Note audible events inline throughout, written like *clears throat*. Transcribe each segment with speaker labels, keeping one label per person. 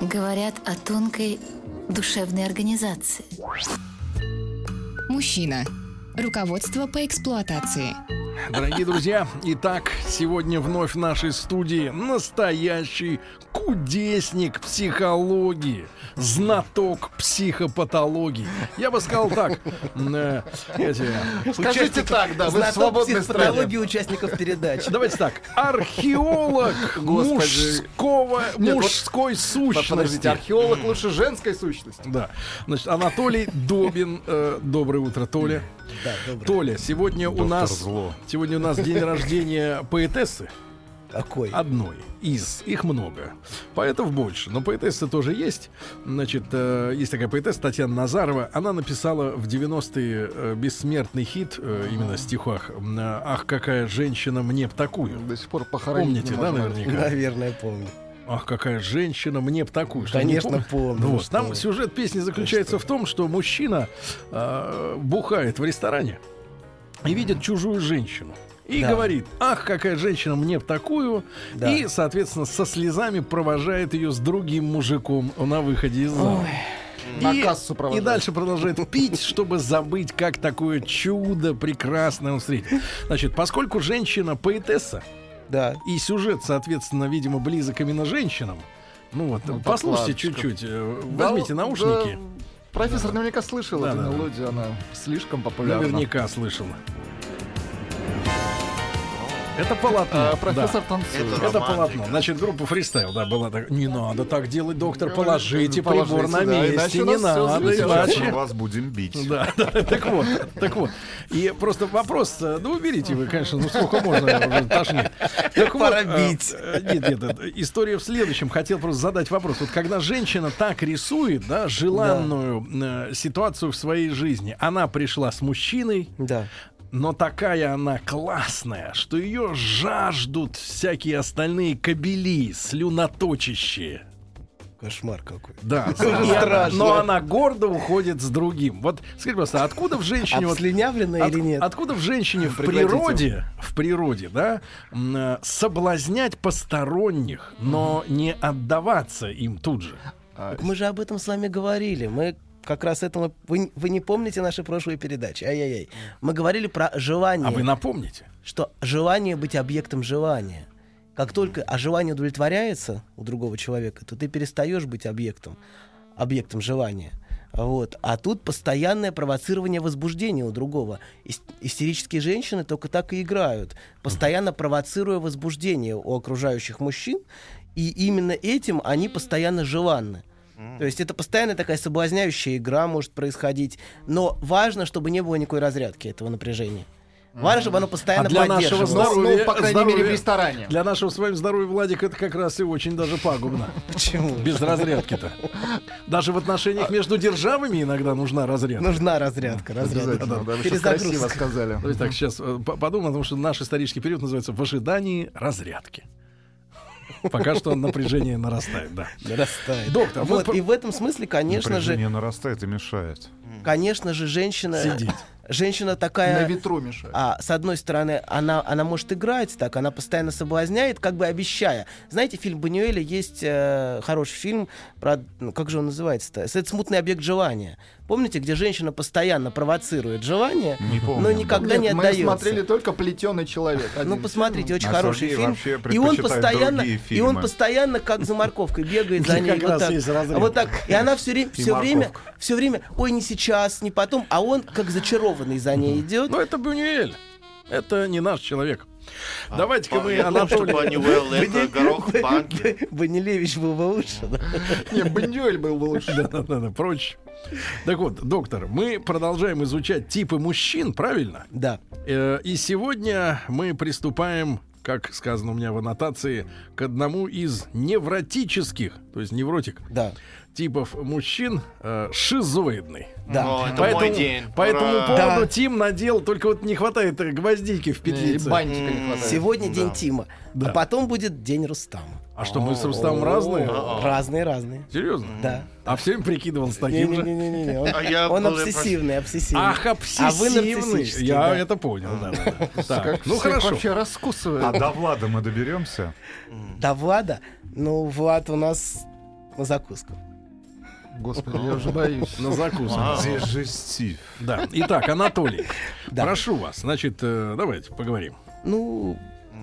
Speaker 1: говорят о тонкой душевной организации.
Speaker 2: Мужчина. Руководство по эксплуатации.
Speaker 3: Дорогие друзья, итак, сегодня вновь в нашей студии настоящий кудесник психологии, знаток психопатологии. Я бы сказал так. э, эти,
Speaker 4: Скажите так, да, вы в свободной стране.
Speaker 5: участников передач.
Speaker 3: Давайте так. Археолог
Speaker 4: Господи.
Speaker 3: мужского,
Speaker 4: Нет, вот-
Speaker 3: мужской сущности.
Speaker 4: Подождите, археолог лучше женской сущности.
Speaker 3: Да. Значит, Анатолий Добин. э, доброе утро, Толя. Толя, сегодня у нас сегодня у нас день рождения поэтессы
Speaker 5: Какой?
Speaker 3: одной из их много, поэтов больше, но поэтессы тоже есть. Значит, э, есть такая поэтесса Татьяна Назарова, она написала в 90-е э, бессмертный хит э, именно в стихах. м, э, Ах, какая женщина мне б такую.
Speaker 4: До сих пор похоронить
Speaker 3: Помните,
Speaker 4: не
Speaker 3: да,
Speaker 4: можем.
Speaker 3: наверняка?
Speaker 5: Наверное, помню.
Speaker 3: Ах, какая женщина, мне б такую. Что, не
Speaker 5: Конечно,
Speaker 3: помню?
Speaker 5: помню.
Speaker 3: Ну вот,
Speaker 5: что
Speaker 3: там
Speaker 5: вы.
Speaker 3: сюжет песни заключается в том, что мужчина э, бухает в ресторане и видит чужую женщину. И
Speaker 5: Да.
Speaker 3: говорит, ах, какая женщина мне б такую.
Speaker 5: Да.
Speaker 3: И, соответственно, со слезами провожает ее с другим мужиком на выходе из зала.
Speaker 4: На
Speaker 3: И-
Speaker 4: кассу провожает.
Speaker 3: И дальше продолжает пить, чтобы забыть, как такое чудо прекрасное он встретил. Значит, поскольку женщина поэтесса,
Speaker 5: Да.
Speaker 3: и сюжет, соответственно, видимо, близок именно женщинам. Ну вот,
Speaker 4: Ну, так
Speaker 3: послушайте
Speaker 4: ладно.
Speaker 3: чуть-чуть, э,
Speaker 4: Да,
Speaker 3: возьмите
Speaker 4: да,
Speaker 3: наушники.
Speaker 4: Профессор наверняка слышал
Speaker 3: Да,
Speaker 4: эту
Speaker 3: да, да.
Speaker 4: мелодию, она слишком популярна.
Speaker 3: Наверняка слышал. Это полотно.
Speaker 4: А, профессор танцует. ну,
Speaker 3: да. Это полотно. Значит, группа фристайл, да, была так. Не надо так делать, доктор.
Speaker 4: Говорю,
Speaker 3: Положите
Speaker 4: положите,
Speaker 3: прибор на
Speaker 4: да,
Speaker 3: месте.
Speaker 4: иначе у
Speaker 3: Не
Speaker 4: нас всё
Speaker 3: надо,
Speaker 4: взлетит.
Speaker 6: Сейчас
Speaker 3: иначе.
Speaker 6: мы вас будем
Speaker 5: Ну,
Speaker 6: бить.
Speaker 3: Да, да, *laughs* так вот, так вот. И просто вопрос, э, ну уберите вы, конечно, ну сколько можно, уже тошнит. Так вот,
Speaker 5: Пора
Speaker 3: э,
Speaker 5: бить.
Speaker 3: э, Нет, нет, э, история в следующем. Хотел просто задать вопрос. Вот когда женщина так рисует, да, желанную э, ситуацию в своей жизни, она пришла с мужчиной,
Speaker 5: Да.
Speaker 3: но такая она классная, что ее жаждут всякие остальные кобели, слюноточащие.
Speaker 5: Кошмар какой.
Speaker 3: Да,
Speaker 4: *laughs*
Speaker 5: Тоже
Speaker 3: и она-
Speaker 5: страшно.
Speaker 3: но она гордо уходит с другим. Вот скажи, просто, откуда в женщине вот
Speaker 5: Обслюнявлена
Speaker 3: от-
Speaker 5: или нет?
Speaker 3: Откуда в женщине в
Speaker 4: Прекратите.
Speaker 3: природе, в природе, да, м, э, соблазнять посторонних, но не отдаваться им тут же?
Speaker 4: А,
Speaker 5: Так Мы же об этом с вами говорили. Мы как раз этого... Вы, вы не помните наши прошлые передачи? Ай-яй-яй. Мы говорили про желание.
Speaker 3: А вы напомните?
Speaker 5: Что желание быть объектом желания. Как только а желание удовлетворяется у другого человека, то ты перестаешь быть объектом, объектом желания. Вот. А тут постоянное провоцирование возбуждения у другого. Ис- истерические женщины только так и играют, постоянно провоцируя возбуждение у окружающих мужчин, и именно этим они постоянно желанны. То есть это постоянно такая соблазняющая игра может происходить, но важно, чтобы не было никакой разрядки этого напряжения. Важно, чтобы оно постоянно
Speaker 3: А для нашего
Speaker 5: поддерживалось.
Speaker 4: Ну,
Speaker 3: здоровья,
Speaker 4: ну, по крайней
Speaker 3: здоровья.
Speaker 4: мере, в ресторане.
Speaker 3: Для нашего с вами здоровья, Владик, это как раз и очень даже пагубно.
Speaker 5: Почему?
Speaker 3: Без разрядки-то. Даже в отношениях между державами иногда нужна разрядка.
Speaker 5: Нужна разрядка, разрядка.
Speaker 4: Обязательно, да, вы сейчас
Speaker 5: Перезагрузка.
Speaker 4: красиво сказали.
Speaker 3: Давайте так, сейчас э, подумаем, потому что наш исторический период называется «В ожидании разрядки». Пока что напряжение нарастает, да.
Speaker 5: Нарастает.
Speaker 3: Доктор, вы
Speaker 5: вот,
Speaker 3: про-
Speaker 5: и в этом смысле, конечно же,
Speaker 6: Напряжение нарастает и мешает.
Speaker 5: конечно же, женщина...
Speaker 3: Сидеть.
Speaker 5: Женщина
Speaker 4: На
Speaker 5: такая...
Speaker 4: ветру мешает.
Speaker 5: А с одной стороны, она, она может играть так, она постоянно соблазняет, как бы обещая. Знаете, фильм Банюэля есть э, хороший фильм про, ну, как же он называется-то? Это смутный объект желания. Помните, где женщина постоянно провоцирует желание,
Speaker 6: Не помню.
Speaker 5: но никогда
Speaker 4: Нет,
Speaker 5: не
Speaker 4: мы
Speaker 5: отдается.
Speaker 4: смотрели только плетеный человек.
Speaker 5: Ну,
Speaker 4: Один
Speaker 5: посмотрите, очень
Speaker 6: А
Speaker 5: хороший
Speaker 6: Сергей
Speaker 5: фильм.
Speaker 6: вообще
Speaker 5: И он
Speaker 6: предпочитает
Speaker 5: постоянно,
Speaker 6: другие
Speaker 5: и он
Speaker 6: фильмы.
Speaker 5: постоянно как за
Speaker 6: *laughs*
Speaker 5: морковкой бегает
Speaker 3: Где
Speaker 5: за ней.
Speaker 3: как
Speaker 5: Вот
Speaker 3: раз
Speaker 5: так. А
Speaker 3: есть разряд.
Speaker 5: вот так. И она все время,
Speaker 6: И
Speaker 5: все время,
Speaker 6: морковка.
Speaker 5: все время, ой, не сейчас, не потом, а он как зачарованный за ней идет.
Speaker 3: Ну, это Бюнюэль. Это не наш человек. Давайте-ка мы, Анатолий...
Speaker 7: Панюэлл, это горох в банке.
Speaker 5: *laughs* Банилевич был бы лучше. да.
Speaker 4: фильм. Не, Бандюэль был бы лучше.
Speaker 3: *laughs* Да-да-да, прочь. Так вот, доктор, мы продолжаем изучать типы мужчин, правильно?
Speaker 5: Да.
Speaker 3: Э, И сегодня мы приступаем, как сказано у меня в аннотации, к одному из невротических, то есть невротик,
Speaker 5: Да.
Speaker 3: типов мужчин э, шизоидный.
Speaker 5: Да.
Speaker 7: Но это
Speaker 3: Поэтому,
Speaker 7: мой день.
Speaker 3: по этому
Speaker 7: Ура.
Speaker 3: поводу
Speaker 5: Да.
Speaker 3: Тим надел, только вот не хватает э, гвоздики в
Speaker 4: И
Speaker 3: петлице.
Speaker 4: бантика не хватает.
Speaker 5: Сегодня день Тима,
Speaker 3: Да.
Speaker 5: а потом будет день Рустама.
Speaker 3: А что, мы с Рустамом разные?
Speaker 7: А,
Speaker 5: Разные, разные.
Speaker 3: Серьезно?
Speaker 5: Да.
Speaker 3: А всем прикидывался таким же.
Speaker 5: Не-не-не-не-не,
Speaker 7: А
Speaker 5: он-
Speaker 7: я
Speaker 5: Он
Speaker 7: был- я
Speaker 5: обсессивный, обсессивный.
Speaker 3: Ах,
Speaker 5: А вы
Speaker 3: обсессивный.
Speaker 5: нарциссический,
Speaker 3: Я
Speaker 5: да.
Speaker 3: это понял, да. да, да. Так,
Speaker 4: Как
Speaker 3: ну
Speaker 4: всех
Speaker 3: хорошо.
Speaker 4: вообще раскусывает.
Speaker 6: А до Влада мы доберемся?
Speaker 5: Да Влада? Ну, Влад у нас на закуску.
Speaker 4: Господи, я уже боюсь.
Speaker 3: На закуску.
Speaker 6: Здесь же Стив.
Speaker 3: Да. Итак, Анатолий,
Speaker 5: Да.
Speaker 3: прошу вас. Значит, э, давайте поговорим.
Speaker 5: Ну,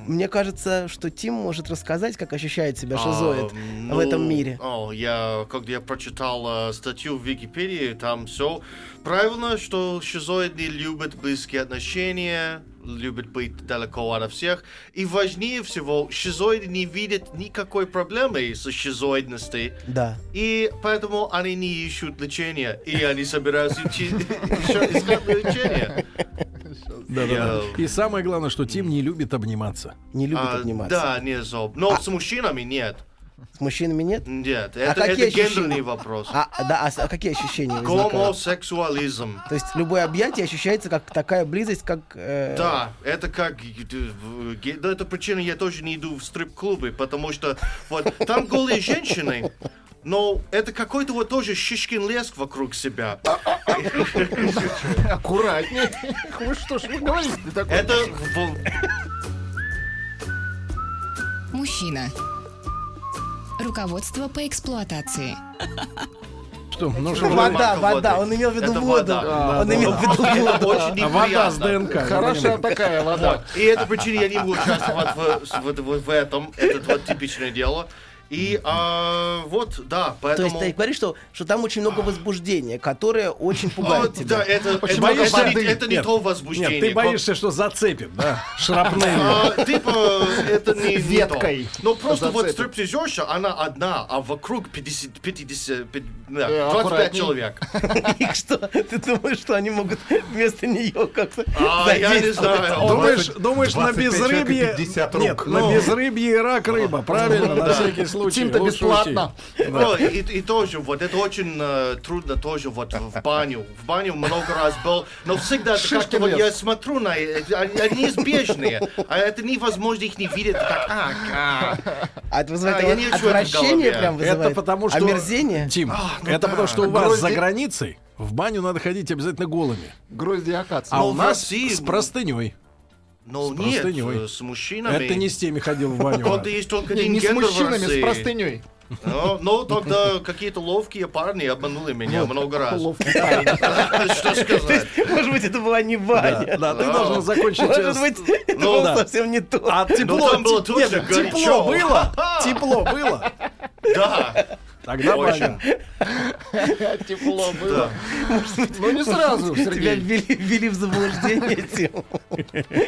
Speaker 5: мне кажется, что Тим может рассказать, как ощущает себя шизоид в
Speaker 7: А, ну,
Speaker 5: этом мире.
Speaker 7: о, я, когда я прочитал э, статью в Википедии, там все правильно, что шизоидные любят близкие отношения, любят быть далеко от всех. И важнее всего, шизоиды не видят никакой проблемы со шизоидностью.
Speaker 5: Да.
Speaker 7: И поэтому они не ищут лечения, и они собираются идти- еще искать лечение.
Speaker 3: Да, да,
Speaker 7: Я-
Speaker 3: да. И самое главное, что Тим не любит обниматься.
Speaker 5: Не любит
Speaker 7: А,
Speaker 5: обниматься.
Speaker 7: Да, не зоб. Но с мужчинами нет.
Speaker 5: С мужчинами нет?
Speaker 7: Нет,
Speaker 5: А
Speaker 7: это,
Speaker 5: какие
Speaker 7: это
Speaker 5: ощущения?
Speaker 7: гендерный вопрос.
Speaker 5: А, а, да, а, с- а какие ощущения? возникают?
Speaker 7: Гомосексуализм.
Speaker 5: То есть любое объятие ощущается как такая близость, как... э,
Speaker 7: Да, это как... э, в- ге- Да, это причина, я тоже не иду в стрип-клубы, потому что вот там голые женщины, но это какой-то вот тоже шишкин лес вокруг себя.
Speaker 4: Аккуратнее. Вы что ж вы говорите? Ты такой-
Speaker 7: Это в-
Speaker 2: Мужчина. Руководство по эксплуатации.
Speaker 3: Что, ну что,
Speaker 5: Ну, *laughs*
Speaker 7: Уже
Speaker 5: вода,
Speaker 7: марка
Speaker 5: вода,
Speaker 7: воды.
Speaker 5: он имел в виду
Speaker 7: Это
Speaker 5: воду.
Speaker 7: вода.
Speaker 5: Он имел в виду
Speaker 7: *laughs* это
Speaker 5: воду.
Speaker 7: очень
Speaker 3: а вода с
Speaker 7: неприятно.
Speaker 3: ДНК.
Speaker 4: Хорошая такая вода.
Speaker 7: И это причина, я не буду участвовать в, с- вот- вот в этом. Это вот типичное дело. И а, вот, да,
Speaker 5: То
Speaker 7: поэтому...
Speaker 5: есть ты говоришь, что, что там очень много возбуждения, которое очень
Speaker 7: А,
Speaker 5: пугает
Speaker 7: да,
Speaker 5: тебя. *laughs*
Speaker 7: это, это, это,
Speaker 3: боишься
Speaker 7: не,
Speaker 3: воды.
Speaker 7: это не
Speaker 3: Нет.
Speaker 7: то возбуждение.
Speaker 3: Нет, ты
Speaker 7: как-
Speaker 3: боишься, что зацепит, да? Шрапнелью.
Speaker 7: А, типа, это не не то.
Speaker 4: Веткой.
Speaker 7: Но просто вот
Speaker 4: Зацепит.
Speaker 7: стриптизерша, она одна, а вокруг 50, 50, пи- да,
Speaker 4: Э,
Speaker 7: 25
Speaker 4: аккуратней.
Speaker 7: человек.
Speaker 5: И что? Ты думаешь, что они могут вместо нее как-то
Speaker 7: А, я не знаю.
Speaker 3: Думаешь, думаешь на
Speaker 6: 25 человек и
Speaker 3: безрыбье...
Speaker 6: 50 рук. Ну.
Speaker 3: Нет,
Speaker 7: Ну.
Speaker 3: на безрыбье и рак рыба, правильно, на всякий случай.
Speaker 4: Тим-то
Speaker 3: Лучше
Speaker 4: бесплатно.
Speaker 7: Ну, и, и тоже, вот, это очень э, трудно тоже, вот, в баню. В баню много раз был, но всегда это как-то,
Speaker 4: Шишкин
Speaker 7: вот,
Speaker 4: лес.
Speaker 7: я смотрю на это, они они неизбежные, а это невозможно их не видеть, как, а, как.
Speaker 5: А это вызывает
Speaker 7: А, я не чувствую это в
Speaker 5: отвращение
Speaker 7: голове.
Speaker 3: Это
Speaker 5: прям вызывает?
Speaker 3: потому что...
Speaker 5: Омерзение?
Speaker 3: Тим,
Speaker 7: ну
Speaker 3: это
Speaker 7: да.
Speaker 3: потому что у вас
Speaker 4: Грузи-
Speaker 3: за границей в баню надо ходить обязательно голыми.
Speaker 4: Грозди акации.
Speaker 3: А
Speaker 7: Ну,
Speaker 3: у
Speaker 7: в
Speaker 3: нас
Speaker 7: России-
Speaker 3: с простыней.
Speaker 7: Но
Speaker 3: С
Speaker 7: нет,
Speaker 3: простыней.
Speaker 7: э, с мужчинами.
Speaker 3: Это не с теми ходил в баню.
Speaker 7: Тут есть только
Speaker 4: Не,
Speaker 7: один
Speaker 4: не с
Speaker 7: гендер в
Speaker 4: мужчинами, с
Speaker 7: России.
Speaker 4: простыней.
Speaker 7: Но, но тогда какие-то ловкие парни обманули меня много раз.
Speaker 4: Ловкий
Speaker 7: *laughs* Что сказать?
Speaker 5: *laughs* Может быть, это была не баня.
Speaker 3: Да, ты должен закончить. э, с-
Speaker 5: Может быть, это
Speaker 3: ну
Speaker 5: было
Speaker 3: да.
Speaker 5: совсем не то.
Speaker 3: А тепло,
Speaker 7: Ну, там было
Speaker 3: теп-
Speaker 7: тоже
Speaker 3: нет,
Speaker 7: горячо.
Speaker 3: тепло было? Тепло
Speaker 7: *laughs*
Speaker 3: было?
Speaker 7: Да.
Speaker 3: Тогда
Speaker 7: Очень.
Speaker 3: баня.
Speaker 4: тепло было. Ну не сразу,
Speaker 5: Тебя
Speaker 4: Сергей.
Speaker 5: ввели, ввели
Speaker 4: *laughs*
Speaker 5: в заблуждение, Тим.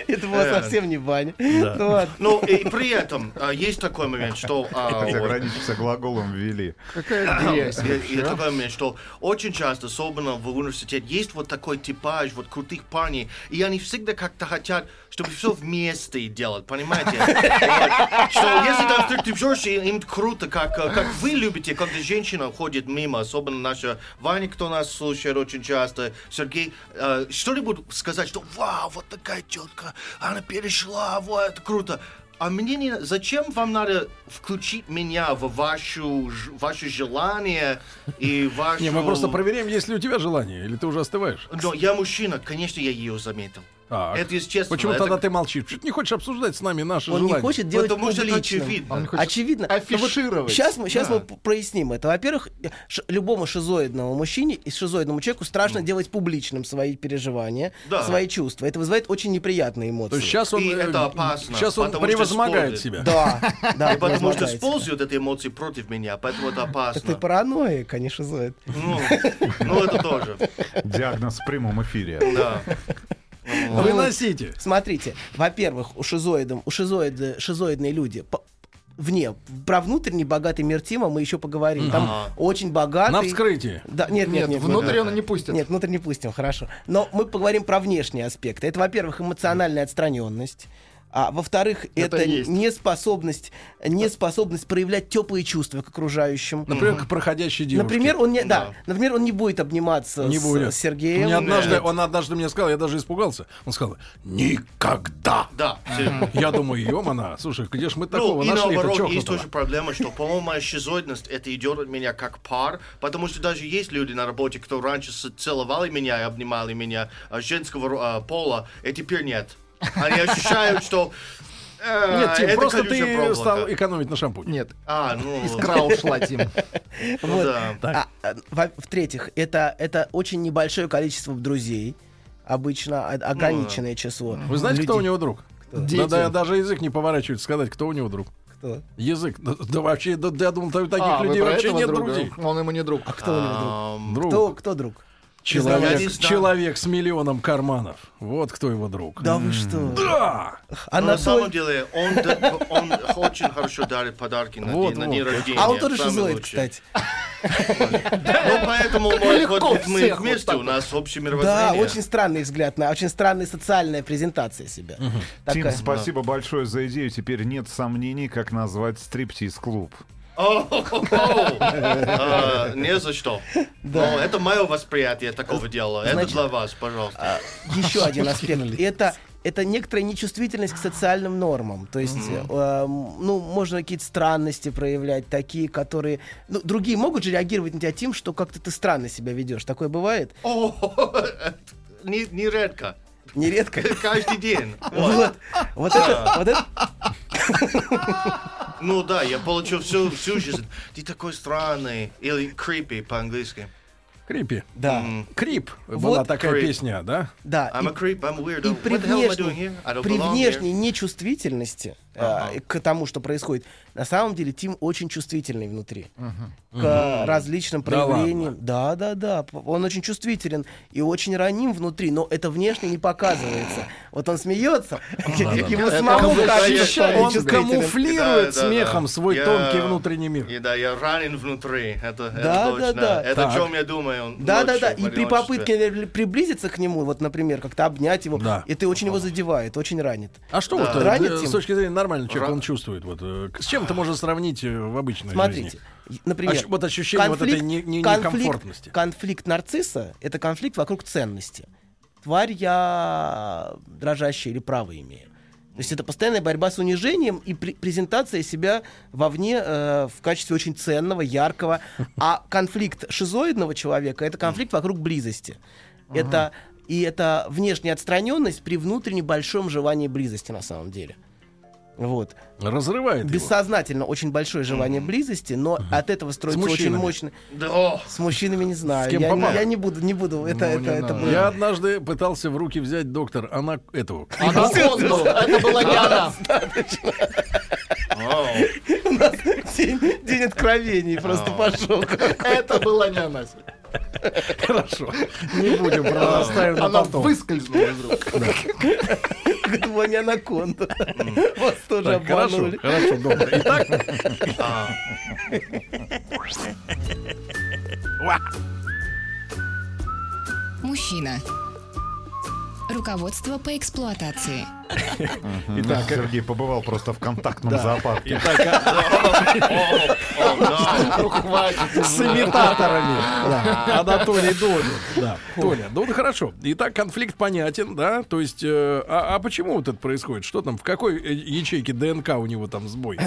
Speaker 5: Это была
Speaker 7: Реально.
Speaker 5: совсем не баня. Ну ладно.
Speaker 7: Ну, и при этом а, есть такой момент, что... а,
Speaker 6: Хотя
Speaker 7: вот,
Speaker 6: граничится глаголом ввели.
Speaker 4: Какая грязь.
Speaker 7: Я- я такой момент, что очень часто, особенно в университете, есть вот такой типаж вот крутых парней, и они всегда как-то хотят, чтобы все вместе делать, понимаете? Вот. Что
Speaker 3: *laughs*
Speaker 7: если там стриптизерши, им круто, как, э, как вы любите, когда женщина ходит мимо, особенно наша Ваня, кто нас слушает очень часто, Сергей, э, что-нибудь сказать, что «Вау, вот такая тетка, она перешла, вот, это круто». А мне не... Зачем вам надо включить меня в вашу, ж- ваше желание
Speaker 3: *laughs*
Speaker 7: и вашу...
Speaker 3: Не, мы просто проверяем, есть ли у тебя желание, или ты уже остываешь.
Speaker 7: Но я мужчина, конечно, я ее заметил.
Speaker 3: Так.
Speaker 7: Это естественно.
Speaker 3: Почему
Speaker 7: это-
Speaker 3: тогда ты молчишь? Чё ты не хочешь обсуждать с нами наши
Speaker 5: Он
Speaker 3: желания?
Speaker 5: не хочет делать
Speaker 7: Потому что это
Speaker 5: публичным.
Speaker 7: очевидно.
Speaker 4: Он хочет
Speaker 5: Очевидно.
Speaker 4: афишировать.
Speaker 5: Сейчас мы, сейчас мы п- проясним это. Во-первых, ш- любому шизоидному мужчине и шизоидному человеку страшно делать публичным свои переживания,
Speaker 7: Ну. Да.
Speaker 5: свои чувства. Это вызывает очень неприятные эмоции.
Speaker 3: То есть сейчас он,
Speaker 7: И
Speaker 3: э,
Speaker 7: это опасно,
Speaker 3: сейчас он
Speaker 7: потому что
Speaker 3: превозмогает
Speaker 7: спорит.
Speaker 3: себя.
Speaker 4: *laughs*
Speaker 5: Да, да.
Speaker 7: И потому что
Speaker 5: возлагается.
Speaker 7: используют эти эмоции против меня, поэтому это
Speaker 5: Ты
Speaker 7: опасно.
Speaker 5: параноик, а не шизоид.
Speaker 7: Ну, ну, это тоже.
Speaker 6: Диагноз в прямом эфире.
Speaker 7: Да.
Speaker 3: Выносите.
Speaker 5: Смотрите, во-первых, у шизоидов, у шизоиды, шизоидные люди по- вне, про внутренний богатый мир Тима мы еще поговорим. Там
Speaker 7: Ага.
Speaker 5: очень богатый.
Speaker 3: На вскрытии.
Speaker 5: Да, нет,
Speaker 4: Нет,
Speaker 5: нет, нет.
Speaker 4: внутрь она не пустит.
Speaker 5: Нет, внутрь не пустим, хорошо. Но мы поговорим про внешние аспекты. Это, во-первых, эмоциональная отстраненность. А во-вторых,
Speaker 4: Это
Speaker 5: это,
Speaker 4: есть.
Speaker 5: неспособность, неспособность проявлять теплые чувства к окружающим.
Speaker 3: Например, к проходящей девушке.
Speaker 5: Например, он не, да,
Speaker 7: Да.
Speaker 5: например, он не будет обниматься
Speaker 3: не
Speaker 5: с,
Speaker 3: будет.
Speaker 5: с Сергеем.
Speaker 3: Мне однажды,
Speaker 7: Нет.
Speaker 3: он однажды мне сказал, я даже испугался. Он сказал, никогда.
Speaker 7: Да, серьезно.
Speaker 3: Я думаю, ем она. Слушай, где ж мы
Speaker 7: Ну,
Speaker 3: такого
Speaker 7: и
Speaker 3: нашли? Это
Speaker 7: наоборот, есть
Speaker 3: чокнутого?»
Speaker 7: тоже проблема, что, по-моему, моя шизоидность, это идет от меня как пар, потому что даже есть люди на работе, кто раньше с- целовали меня и обнимали меня а, женского ро- а, пола, и теперь нет. Они ощущают, что... э,
Speaker 3: Нет, Тим,
Speaker 7: это
Speaker 3: просто
Speaker 7: колючая
Speaker 3: ты
Speaker 7: проволока.
Speaker 3: стал экономить на шампуне.
Speaker 4: Нет,
Speaker 7: А, ну...
Speaker 4: искра ушла, Тим.
Speaker 7: ну
Speaker 5: Вот.
Speaker 7: да.
Speaker 5: А, а, во- в-третьих, это, это очень небольшое количество друзей. Обычно о- ограниченное число.
Speaker 3: Ну Вы знаете, кто у
Speaker 5: людей.
Speaker 3: него друг? Да,
Speaker 4: Дети.
Speaker 3: да, даже язык не поворачивается сказать, кто у него друг.
Speaker 5: Кто?
Speaker 3: Язык. Да, да вообще, да, да я думал, там таких
Speaker 4: А, вы
Speaker 3: людей
Speaker 4: про
Speaker 3: вообще
Speaker 4: этого
Speaker 3: нет
Speaker 4: друга?
Speaker 3: друзей.
Speaker 4: Он ему не друг.
Speaker 5: А кто у него друг?
Speaker 7: Ам,
Speaker 3: Друг.
Speaker 5: Кто, кто друг?
Speaker 7: Я не
Speaker 3: Человек,
Speaker 7: знаю.
Speaker 3: человек с миллионом карманов. Вот кто его друг. Ну,
Speaker 5: Да вы что? а
Speaker 3: Да!
Speaker 7: но на
Speaker 5: Анатолий.
Speaker 7: самом деле, он, *laughs* да- он очень хорошо дарит подарки на,
Speaker 3: Вот,
Speaker 7: день, на
Speaker 3: вот.
Speaker 7: день рождения.
Speaker 5: А он тоже
Speaker 7: самый
Speaker 5: шизоид,
Speaker 7: лучший.
Speaker 5: кстати.
Speaker 7: Ну, поэтому мы,
Speaker 4: легко
Speaker 7: вот мы
Speaker 4: всех вот
Speaker 7: вместе,
Speaker 4: так
Speaker 7: у нас общее
Speaker 5: Да,
Speaker 7: мировоззрение.
Speaker 5: очень странный взгляд, на, очень странная социальная презентация себя.
Speaker 6: Тим,
Speaker 5: Такая.
Speaker 6: спасибо большое за идею. Теперь нет сомнений, как назвать стриптиз-клуб.
Speaker 7: О-хо-хо-хо. А, Не за что. Но это мое восприятие такого дела. Это
Speaker 5: Значит, а-
Speaker 7: для вас, пожалуйста.
Speaker 5: Еще один аспект. Это это некоторая нечувствительность к социальным нормам. То есть, э, м, ну, можно какие-то странности проявлять, такие, которые... Ну, другие могут же реагировать на тебя тем, что как-то ты странно себя ведешь. Такое бывает?
Speaker 7: О, не- Нередко. *laughs*
Speaker 5: Нередко. *laughs*
Speaker 7: Каждый день. Вот. А.
Speaker 5: Вот. Вот это... Вот это...
Speaker 7: Ну да, я получил всю, всю жизнь. Ты такой странный. Или creepy по-английски.
Speaker 3: Крипи.
Speaker 5: Да.
Speaker 3: Крип. Была такая
Speaker 7: Крип.
Speaker 3: песня, да?
Speaker 5: Да.
Speaker 7: I'm
Speaker 5: и-
Speaker 7: a creep, I'm a weirdo.
Speaker 5: И при
Speaker 7: What the hell am I doing
Speaker 5: внешней,
Speaker 7: here? I don't
Speaker 5: при
Speaker 7: belong
Speaker 5: внешней
Speaker 7: here.
Speaker 5: нечувствительности э, к тому, что происходит, на самом деле Тим очень чувствительный внутри. К различным
Speaker 3: Да ладно.
Speaker 5: проявлениям. Да, да, да. П- Он очень чувствителен и очень раним внутри, но это внешне не показывается. Вот он
Speaker 3: *laughs*
Speaker 5: смеется, ему
Speaker 4: Это
Speaker 5: самому
Speaker 4: он
Speaker 5: кажется,
Speaker 7: защищает
Speaker 5: что он
Speaker 3: Он
Speaker 5: чувствителен.
Speaker 3: камуфлирует
Speaker 7: Да, да, да.
Speaker 3: смехом свой
Speaker 7: Я-
Speaker 3: тонкий внутренний мир.
Speaker 7: И да, я ранен внутри. Это, это
Speaker 5: Да, да,
Speaker 7: точно.
Speaker 5: да.
Speaker 7: Это
Speaker 3: Так.
Speaker 7: о чем я думаю.
Speaker 5: Да, да,
Speaker 7: ночью
Speaker 5: да.
Speaker 7: в
Speaker 5: И при
Speaker 7: одиночестве.
Speaker 5: попытке наверное, приблизиться к нему, вот, например, как-то обнять его,
Speaker 3: Да.
Speaker 5: и ты очень его задевает, очень ранит.
Speaker 3: А что
Speaker 7: Да.
Speaker 3: вот э,
Speaker 5: Ранит
Speaker 3: э,
Speaker 5: Тим?
Speaker 3: с точки зрения нормального человека
Speaker 7: Ра-
Speaker 3: он чувствует? Вот, э, к- с чем ты можешь сравнить э, в обычной
Speaker 5: Смотрите,
Speaker 3: жизни?
Speaker 5: и- например,
Speaker 3: Ощ- вот ощущение вот этой не- не- некомфортности.
Speaker 5: конфликт нарцисса – это конфликт вокруг ценности. Тварь я дрожащая или право имею. То есть это постоянная борьба с унижением и пре- презентация себя вовне э, в качестве очень ценного, яркого. А конфликт шизоидного человека – это конфликт вокруг близости. Это и это внешняя отстраненность при внутренне большом желании близости на самом деле. Вот.
Speaker 3: Разрывает его.
Speaker 5: Бессознательно очень большое желание близости, но от этого строится очень
Speaker 3: мужчинами.
Speaker 5: мощный.
Speaker 7: Да, о,
Speaker 5: С мужчинами не знаю.
Speaker 3: С кем
Speaker 5: я, не-
Speaker 3: попало. Ну,
Speaker 5: я не буду, не буду. Это, это, это было.
Speaker 3: Я однажды пытался в руки взять доктор она этого. *laughs*
Speaker 4: Анаконду. Это была не она.
Speaker 7: о.
Speaker 5: *laughs* День, день откровений просто
Speaker 3: А.
Speaker 5: пошел.
Speaker 4: Это была не она.
Speaker 3: Хорошо. Не будем про- оставим на
Speaker 4: Она
Speaker 3: потом.
Speaker 4: выскользнула из рук.
Speaker 5: Это была не анаконда. Вас тоже
Speaker 3: Так, Хорошо,
Speaker 5: обманули.
Speaker 3: хорошо, доктор. Итак,
Speaker 2: Мужчина. Руководство по эксплуатации.
Speaker 6: *laughs* Итак, Сергей побывал просто в контактном зоопарке.
Speaker 3: *laughs* с *laughs* имитаторами. Да. Анатолий Долин. Да. Толя, ну да хорошо. Итак, конфликт понятен, да? То есть, э, а, а почему вот это происходит? Что там, в какой э, ячейке ДНК у него там сбой?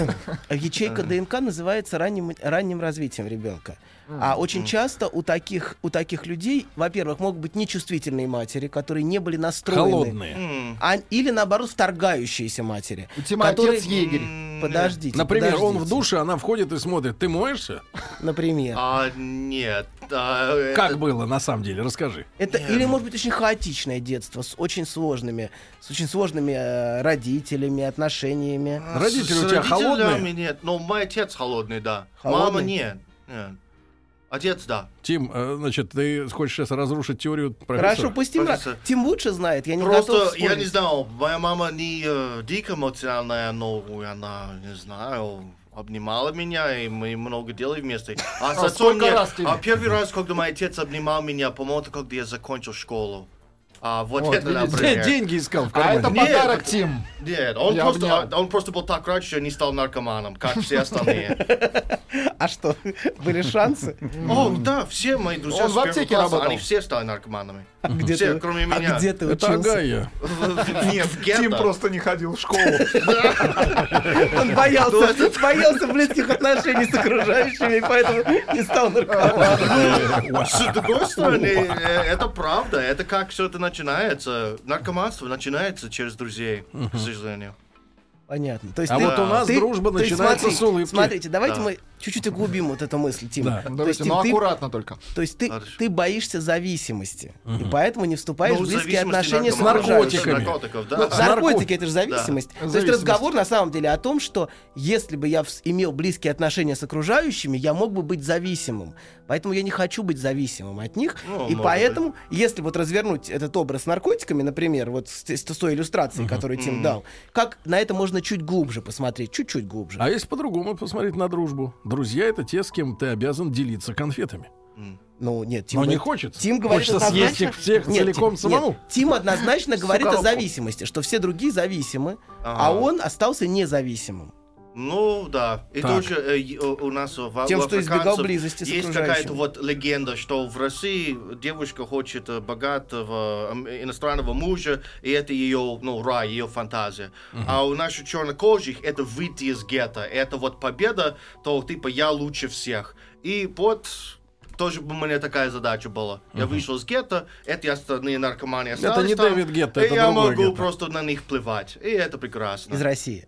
Speaker 5: Ячейка ДНК называется ранним, ранним развитием ребенка. А очень часто у таких, у таких людей, во-первых, могут быть нечувствительные матери, которые не были настроены.
Speaker 3: Холодные.
Speaker 5: А, или наоборот, вторгающиеся матери.
Speaker 4: У Тима
Speaker 5: которые-
Speaker 4: отец егерь.
Speaker 5: Подождите.
Speaker 3: Например, он в
Speaker 5: подождите.
Speaker 3: душе, она входит и смотрит. Ты моешься?
Speaker 5: Например.
Speaker 7: А, нет. а, это-
Speaker 3: Как было на самом деле? Расскажи.
Speaker 5: Это или
Speaker 7: ну
Speaker 5: может быть очень хаотичное детство с очень сложными, с очень сложными э, родителями, отношениями.
Speaker 3: Родители
Speaker 7: С
Speaker 3: у тебя
Speaker 7: родителями
Speaker 3: холодные?
Speaker 7: нет. Но мой отец холодный, да.
Speaker 5: Холодный?
Speaker 7: Мама нет. Нет. Отец, да.
Speaker 3: Тим, э, значит, ты хочешь сейчас разрушить теорию профессора?
Speaker 5: Хорошо, пусть Тим,
Speaker 7: Профессор.
Speaker 5: ра- Тим лучше знает. Я не готов
Speaker 7: Просто я
Speaker 5: спорить.
Speaker 7: не знал, моя мама не э, дико эмоциональная, но она, не знаю, обнимала меня, и мы много делали
Speaker 4: *laughs*
Speaker 7: вместе. А, с отцом
Speaker 4: сколько
Speaker 7: нет.
Speaker 4: раз тебе?
Speaker 7: А первый раз, когда мой отец обнимал меня, по-моему, это когда я закончил школу. А вот,
Speaker 3: Вот,
Speaker 7: это,
Speaker 3: видите,
Speaker 7: например.
Speaker 3: деньги искал в
Speaker 4: А
Speaker 3: кармане.
Speaker 4: это
Speaker 7: Нет.
Speaker 4: подарок, Тим.
Speaker 7: Нет, он
Speaker 4: Я
Speaker 7: просто,
Speaker 4: обнял.
Speaker 7: а, он просто был так рад, что не стал наркоманом, как все остальные.
Speaker 4: *laughs*
Speaker 5: А что, были шансы?
Speaker 7: *laughs* О, да, все мои друзья
Speaker 4: Он
Speaker 7: с
Speaker 4: в
Speaker 7: первого
Speaker 4: аптеке
Speaker 7: класса,
Speaker 4: работал.
Speaker 7: они все стали наркоманами.
Speaker 5: А где
Speaker 7: Все,
Speaker 5: ты-
Speaker 7: кроме
Speaker 5: а
Speaker 7: меня.
Speaker 5: где ты
Speaker 3: Это
Speaker 5: учился?
Speaker 3: Агая.
Speaker 7: *laughs* Не, в
Speaker 6: Тим
Speaker 7: гетто.
Speaker 6: просто не ходил в
Speaker 4: *laughs*
Speaker 6: школу.
Speaker 5: *laughs* Он боялся, боялся близких отношений с окружающими, поэтому не стал
Speaker 7: А.
Speaker 5: наркоманом.
Speaker 7: С другой стороны, э, это правда. Это как все это начинается. Наркоманство начинается через друзей, к сожалению.
Speaker 5: Понятно. То есть
Speaker 3: А
Speaker 5: ты-
Speaker 3: вот у нас
Speaker 5: ты-
Speaker 3: дружба
Speaker 5: то есть
Speaker 3: начинается
Speaker 5: смотри,
Speaker 3: с улыбки.
Speaker 5: Смотрите, давайте
Speaker 7: Да.
Speaker 5: мы чуть-чуть углубим вот эту мысль, Тим.
Speaker 3: Да.
Speaker 5: То есть,
Speaker 4: Давайте,
Speaker 5: Тим,
Speaker 4: ну
Speaker 5: ты-
Speaker 4: аккуратно только.
Speaker 5: То есть ты,
Speaker 7: Хорошо.
Speaker 5: ты боишься зависимости, и поэтому не вступаешь
Speaker 7: Ну,
Speaker 5: в близкие
Speaker 7: зависимости
Speaker 5: отношения с
Speaker 7: наркоманов,
Speaker 3: наркотиками.
Speaker 7: с Наркотиков,
Speaker 5: Ну,
Speaker 7: да.
Speaker 3: с
Speaker 5: наркотики
Speaker 3: нарко-
Speaker 5: это же зависимость. То есть
Speaker 4: Зависимость.
Speaker 5: разговор на самом деле о том, что если бы я вс- имел близкие отношения с окружающими, я мог бы быть зависимым. Поэтому я не хочу быть зависимым от них.
Speaker 7: Ну,
Speaker 5: и
Speaker 7: может
Speaker 5: поэтому, если вот развернуть этот образ с наркотиками, например, вот с, с той иллюстрацией, которую Тим
Speaker 7: Мгм.
Speaker 5: дал, как на это можно чуть глубже посмотреть, чуть-чуть глубже.
Speaker 3: А если по-другому посмотреть на дружбу? Друзья это те, с кем ты обязан делиться конфетами.
Speaker 5: Ну нет, Тим
Speaker 3: Но
Speaker 5: бы-
Speaker 3: не хочется.
Speaker 5: Тим говорит
Speaker 3: Хочется
Speaker 5: однозначно-
Speaker 3: съесть их всех
Speaker 5: Нет,
Speaker 3: целиком
Speaker 5: Тим,
Speaker 3: самому.
Speaker 5: нет, Тим однозначно говорит о
Speaker 4: коробку.
Speaker 5: зависимости, что все другие зависимы, а
Speaker 7: Ага.
Speaker 5: он остался независимым.
Speaker 7: Ну да, это
Speaker 3: Так.
Speaker 7: уже э, и, э, у нас в,
Speaker 5: Тем,
Speaker 7: у
Speaker 5: что избегал
Speaker 7: африканцев
Speaker 5: близости с
Speaker 7: Есть
Speaker 5: окружающими.
Speaker 7: какая-то вот легенда, что в России девушка хочет э, богатого эм, иностранного мужа, и это ее, ну, рай, ее фантазия. А у наших чернокожих это выйти из гетто, это вот победа, то типа я лучше всех. И вот тоже у меня такая задача была. Я вышел из гетто, эти остальные наркоманы остались
Speaker 3: не
Speaker 7: там,
Speaker 3: Дэвид Гетто,
Speaker 7: и
Speaker 3: это
Speaker 7: я
Speaker 3: другой
Speaker 7: могу
Speaker 3: гетто.
Speaker 7: просто на них плевать. И это прекрасно.
Speaker 5: Из России.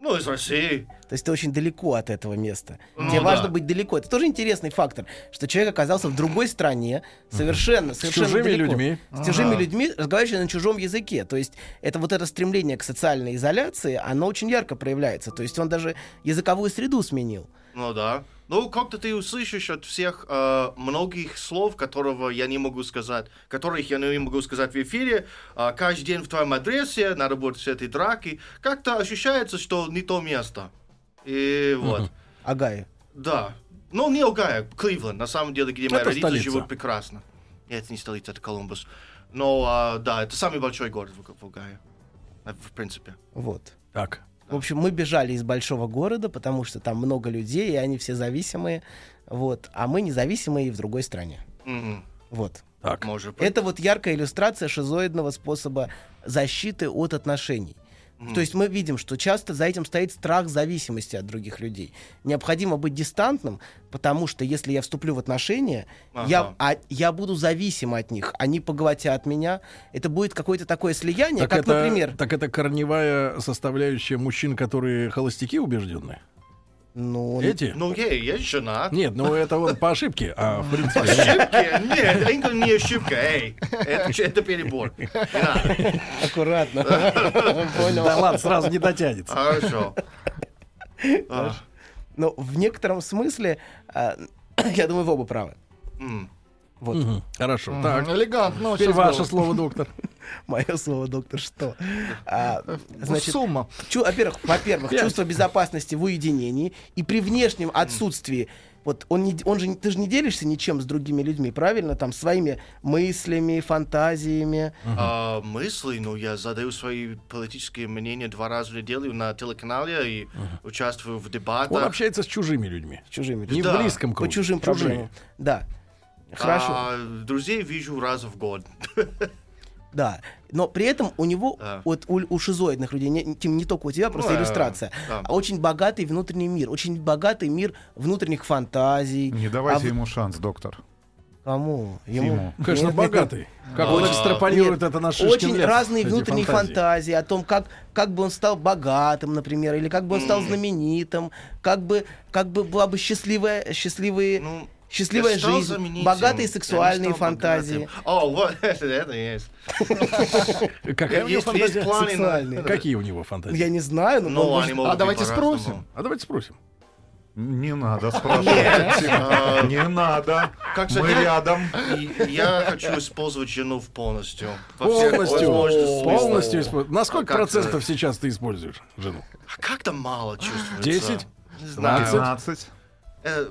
Speaker 7: Ну, из России.
Speaker 5: То есть ты очень далеко от этого места.
Speaker 7: Ну
Speaker 5: Тебе
Speaker 7: да.
Speaker 5: важно быть далеко. Это тоже интересный фактор, что человек оказался в другой стране, совершенно, совершенно
Speaker 3: чужими
Speaker 5: далеко.
Speaker 3: людьми.
Speaker 5: С чужими людьми, разговаривающими на чужом языке. То есть это вот это стремление к социальной изоляции, оно очень ярко проявляется. То есть он даже языковую среду сменил.
Speaker 7: Ну да. Ну, как-то ты услышишь от всех э, многих слов, которого я не могу сказать, которых я не могу сказать в эфире. А, каждый день в твоем адресе, надо будет все эти драки. Как-то ощущается, что не то место. И вот.
Speaker 5: Агаю.
Speaker 7: Да. Ну, не Огайо, Кливленд, на самом деле, где мои
Speaker 3: Это
Speaker 7: родители
Speaker 3: столица.
Speaker 7: живут прекрасно. Нет, это не столица, это Колумбус. Но, а, да, это самый большой город в, в Огайо. Э, В принципе.
Speaker 5: Вот.
Speaker 3: Так.
Speaker 5: В общем, мы бежали из большого города, потому что там много людей, и они все зависимые. Вот. А мы независимые и в другой стране.
Speaker 7: Мгм.
Speaker 5: Вот.
Speaker 3: Так.
Speaker 7: Может быть.
Speaker 5: Это вот яркая иллюстрация шизоидного способа защиты от отношений. То есть мы видим, что часто за этим стоит страх зависимости от других людей. Необходимо быть дистантным, потому что если я вступлю в отношения, я,
Speaker 7: Ага.
Speaker 5: а, я буду зависим от них. Они поглотят от меня. Это будет какое-то такое слияние,
Speaker 3: Так
Speaker 5: как,
Speaker 3: это,
Speaker 5: например...
Speaker 3: так это корневая составляющая мужчин, которые холостяки убеждены?
Speaker 5: Ну,
Speaker 3: Эти?
Speaker 7: Ну, ей, есть жена.
Speaker 3: *laughs* Нет, ну это вот по ошибке,
Speaker 5: *laughs*
Speaker 3: а в принципе...
Speaker 7: Ошибки? Нет, это не ошибка, эй. Это, ч- это перебор. Не надо.
Speaker 3: *laughs*
Speaker 5: аккуратно. Понял.
Speaker 3: Да ладно, сразу не дотянется.
Speaker 7: Хорошо. А,
Speaker 5: Но в некотором смысле, а, *clears throat* я думаю, вы оба правы. *laughs*
Speaker 7: м.
Speaker 5: Вот
Speaker 3: Мгм, Хорошо,
Speaker 4: Мгм,
Speaker 5: Ну,
Speaker 3: так.
Speaker 4: Элегантно.
Speaker 3: Теперь
Speaker 4: щас
Speaker 3: ваше
Speaker 4: было.
Speaker 3: слово,
Speaker 5: *laughs*
Speaker 3: доктор.
Speaker 5: мое слово, доктор, что? А,
Speaker 4: Ну,
Speaker 5: значит,
Speaker 4: Сумма.
Speaker 5: чу- во-первых, во-первых, чувство безопасности в уединении и при внешнем отсутствии. Вот он, не, он же, не- ты же не делишься ничем с другими людьми, правильно? Там своими мыслями, фантазиями.
Speaker 7: А, мысли, ну, я задаю свои политические мнения два раза в неделю на телеканале и участвую в
Speaker 3: Он
Speaker 7: дебатах.
Speaker 3: общается с чужими людьми.
Speaker 5: с чужими людьми.
Speaker 3: Не в
Speaker 7: Да,
Speaker 3: близком
Speaker 5: По
Speaker 3: круге.
Speaker 5: чужим
Speaker 3: Чужие.
Speaker 5: проблемам. Да. Хорошо.
Speaker 7: А, друзей вижу раз в год.
Speaker 5: Да. Но при этом у него,
Speaker 7: Да.
Speaker 5: вот у, у шизоидных людей, не, Тим, не только у тебя, просто
Speaker 7: Ну, э,
Speaker 5: иллюстрация,
Speaker 7: да.
Speaker 5: а очень богатый внутренний мир, очень богатый мир внутренних фантазий.
Speaker 6: Не
Speaker 5: А в-
Speaker 6: давайте ему шанс, доктор.
Speaker 5: Кому?
Speaker 6: Ему.
Speaker 5: Ему.
Speaker 3: Конечно,
Speaker 5: Нет, нет,
Speaker 3: богатый. Как
Speaker 7: А,
Speaker 3: он
Speaker 7: нет.
Speaker 3: экстраполирует
Speaker 5: Нет,
Speaker 3: это на Шишкин
Speaker 5: Очень
Speaker 3: лес,
Speaker 5: разные
Speaker 3: эти
Speaker 5: внутренние фантазии. о том, как, как бы он стал богатым, например, или как бы он стал знаменитым, как бы, как бы была бы счастливая, счастливые,
Speaker 7: Ну,
Speaker 5: счастливая
Speaker 7: я стал
Speaker 5: жизнь,
Speaker 7: заменителем. Я
Speaker 5: богатые
Speaker 7: не стал
Speaker 5: сексуальные
Speaker 7: богатым.
Speaker 5: фантазии.
Speaker 7: О, вот, *laughs* это, это есть.
Speaker 3: Какая у него
Speaker 7: Есть, есть
Speaker 3: фантазия?
Speaker 7: планы
Speaker 5: Сексуальные.
Speaker 7: на...
Speaker 3: Какие у него фантазии?
Speaker 5: Я не знаю, но
Speaker 7: Ну,
Speaker 5: может,
Speaker 7: они могут
Speaker 4: А
Speaker 7: быть
Speaker 4: давайте
Speaker 7: по-разному.
Speaker 4: спросим.
Speaker 3: А давайте спросим.
Speaker 6: Не надо спрашивать.
Speaker 4: А,
Speaker 6: Тим. Не надо.
Speaker 7: Как
Speaker 6: Мы
Speaker 7: сказать?
Speaker 6: рядом.
Speaker 7: И Я хочу использовать жену в полностью. Во всех
Speaker 3: Полностью.
Speaker 7: возможных смыслах.
Speaker 3: Полностью использует. На сколько
Speaker 7: Как-то-
Speaker 3: процентов сейчас ты используешь жену?
Speaker 7: А Как-то мало чувствуется.
Speaker 3: Десять?
Speaker 7: Не знаю.
Speaker 3: 20?
Speaker 6: 15.
Speaker 7: Э,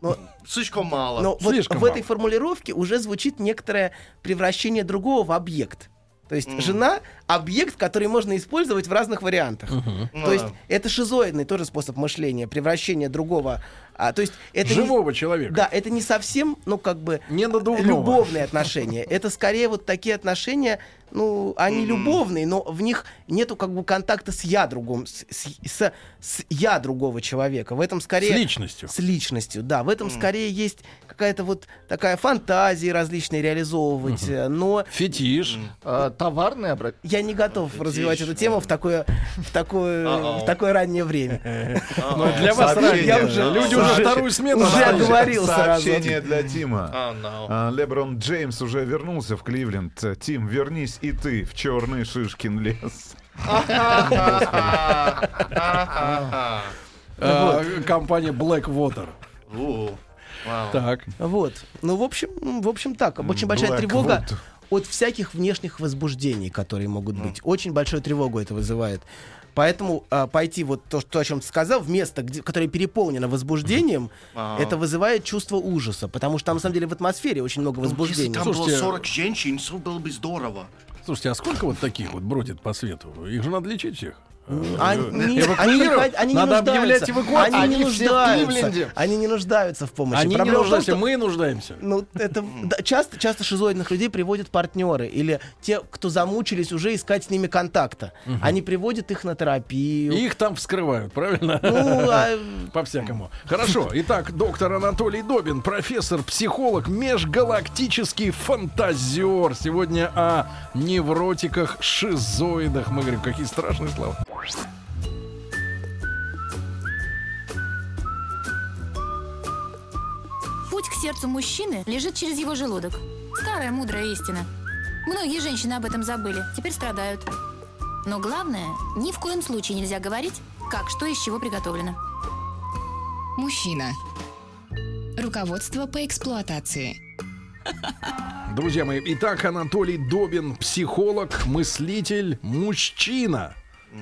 Speaker 5: Но,
Speaker 7: Слишком мало.
Speaker 5: но вот
Speaker 3: Слишком
Speaker 5: в этой
Speaker 3: мало.
Speaker 5: формулировке уже звучит некоторое превращение другого в объект. То есть жена — объект, который можно использовать в разных вариантах.
Speaker 7: Ну
Speaker 5: То есть
Speaker 7: да.
Speaker 5: это шизоидный тоже способ мышления, превращение другого. А, то есть это не-
Speaker 3: Живого человека.
Speaker 5: Да, это не совсем, ну, как бы...
Speaker 3: Не надувного.
Speaker 5: Любовные отношения. Это скорее вот такие отношения, ну, они любовные, но в них нету как бы контакта с я другом, с, с- с- с я другого человека. В этом скорее...
Speaker 3: С личностью.
Speaker 5: С личностью, да. В этом скорее есть какая-то вот такая фантазия различные реализовывать, э, но...
Speaker 3: Фетиш.
Speaker 4: А, Товарный обрат...
Speaker 5: Я не готов развивать эту тему в такое, в такое,
Speaker 7: А-а.
Speaker 5: в такое раннее время.
Speaker 7: А,
Speaker 3: Но Ну, для вас
Speaker 5: сообщение.
Speaker 3: ранее.
Speaker 5: Я уже-
Speaker 3: Люди уже
Speaker 5: сообщ-
Speaker 3: вторую смену
Speaker 5: уже
Speaker 3: ждали.
Speaker 5: отговор- Говорил сразу.
Speaker 6: Сообщение для Тима.
Speaker 7: А,
Speaker 4: ну.
Speaker 7: no.
Speaker 6: А, Леброн Джеймс уже вернулся в Кливленд. Тим, вернись и ты в черный шишкин лес.
Speaker 7: Ага.
Speaker 3: А, Компания Blackwater.
Speaker 7: У, Вау.
Speaker 3: Так.
Speaker 5: Вот. Ну, в общем, м, в общем так. Очень большая
Speaker 6: Black
Speaker 5: тревога
Speaker 6: Wood.
Speaker 5: от всяких внешних возбуждений, которые могут быть. Очень большую тревогу это вызывает. Поэтому а, пойти вот то, что, о чем ты сказал, в место, где, которое переполнено возбуждением,
Speaker 7: Ага.
Speaker 5: это вызывает чувство ужаса. Потому что там, на самом деле, в атмосфере очень много
Speaker 7: Если
Speaker 5: возбуждений.
Speaker 7: там
Speaker 3: Слушайте,
Speaker 7: было 40 женщин, все было бы здорово.
Speaker 3: Слушайте, а сколько вот таких вот бродит по свету? Их же надо лечить всех.
Speaker 5: Они, нет, они не,
Speaker 3: эвакуировать?
Speaker 5: хот- они не
Speaker 3: Надо
Speaker 5: нуждаются.
Speaker 3: объявлять эвакуацию.
Speaker 5: Они
Speaker 4: Они
Speaker 5: не
Speaker 4: все в
Speaker 5: нуждаются.
Speaker 4: Кливленде.
Speaker 5: Они не нуждаются в помощи.
Speaker 3: Они не
Speaker 5: Проблема в том,
Speaker 3: нуждаемся,
Speaker 5: что-
Speaker 3: мы нуждаемся.
Speaker 5: Ну, это да, часто, часто шизоидных людей приводят партнеры или те, кто замучились уже искать с ними контакта. Они приводят их на терапию.
Speaker 3: И их там вскрывают, правильно? *laughs*
Speaker 5: Ну, а,
Speaker 3: По-всякому. Хорошо. Итак, доктор Анатолий Добин, профессор, психолог, межгалактический фантазер. Сегодня о невротиках, шизоидах. Мы говорим, какие страшные слова.
Speaker 1: Путь к сердцу мужчины лежит через его желудок. Старая мудрая истина. Многие женщины об этом забыли, теперь страдают. Но главное, ни в коем случае нельзя говорить, как что из чего приготовлено.
Speaker 2: Мужчина. Руководство по эксплуатации.
Speaker 3: Друзья мои, итак, Анатолий Добин, психолог, мыслитель, мужчина.
Speaker 5: *laughs*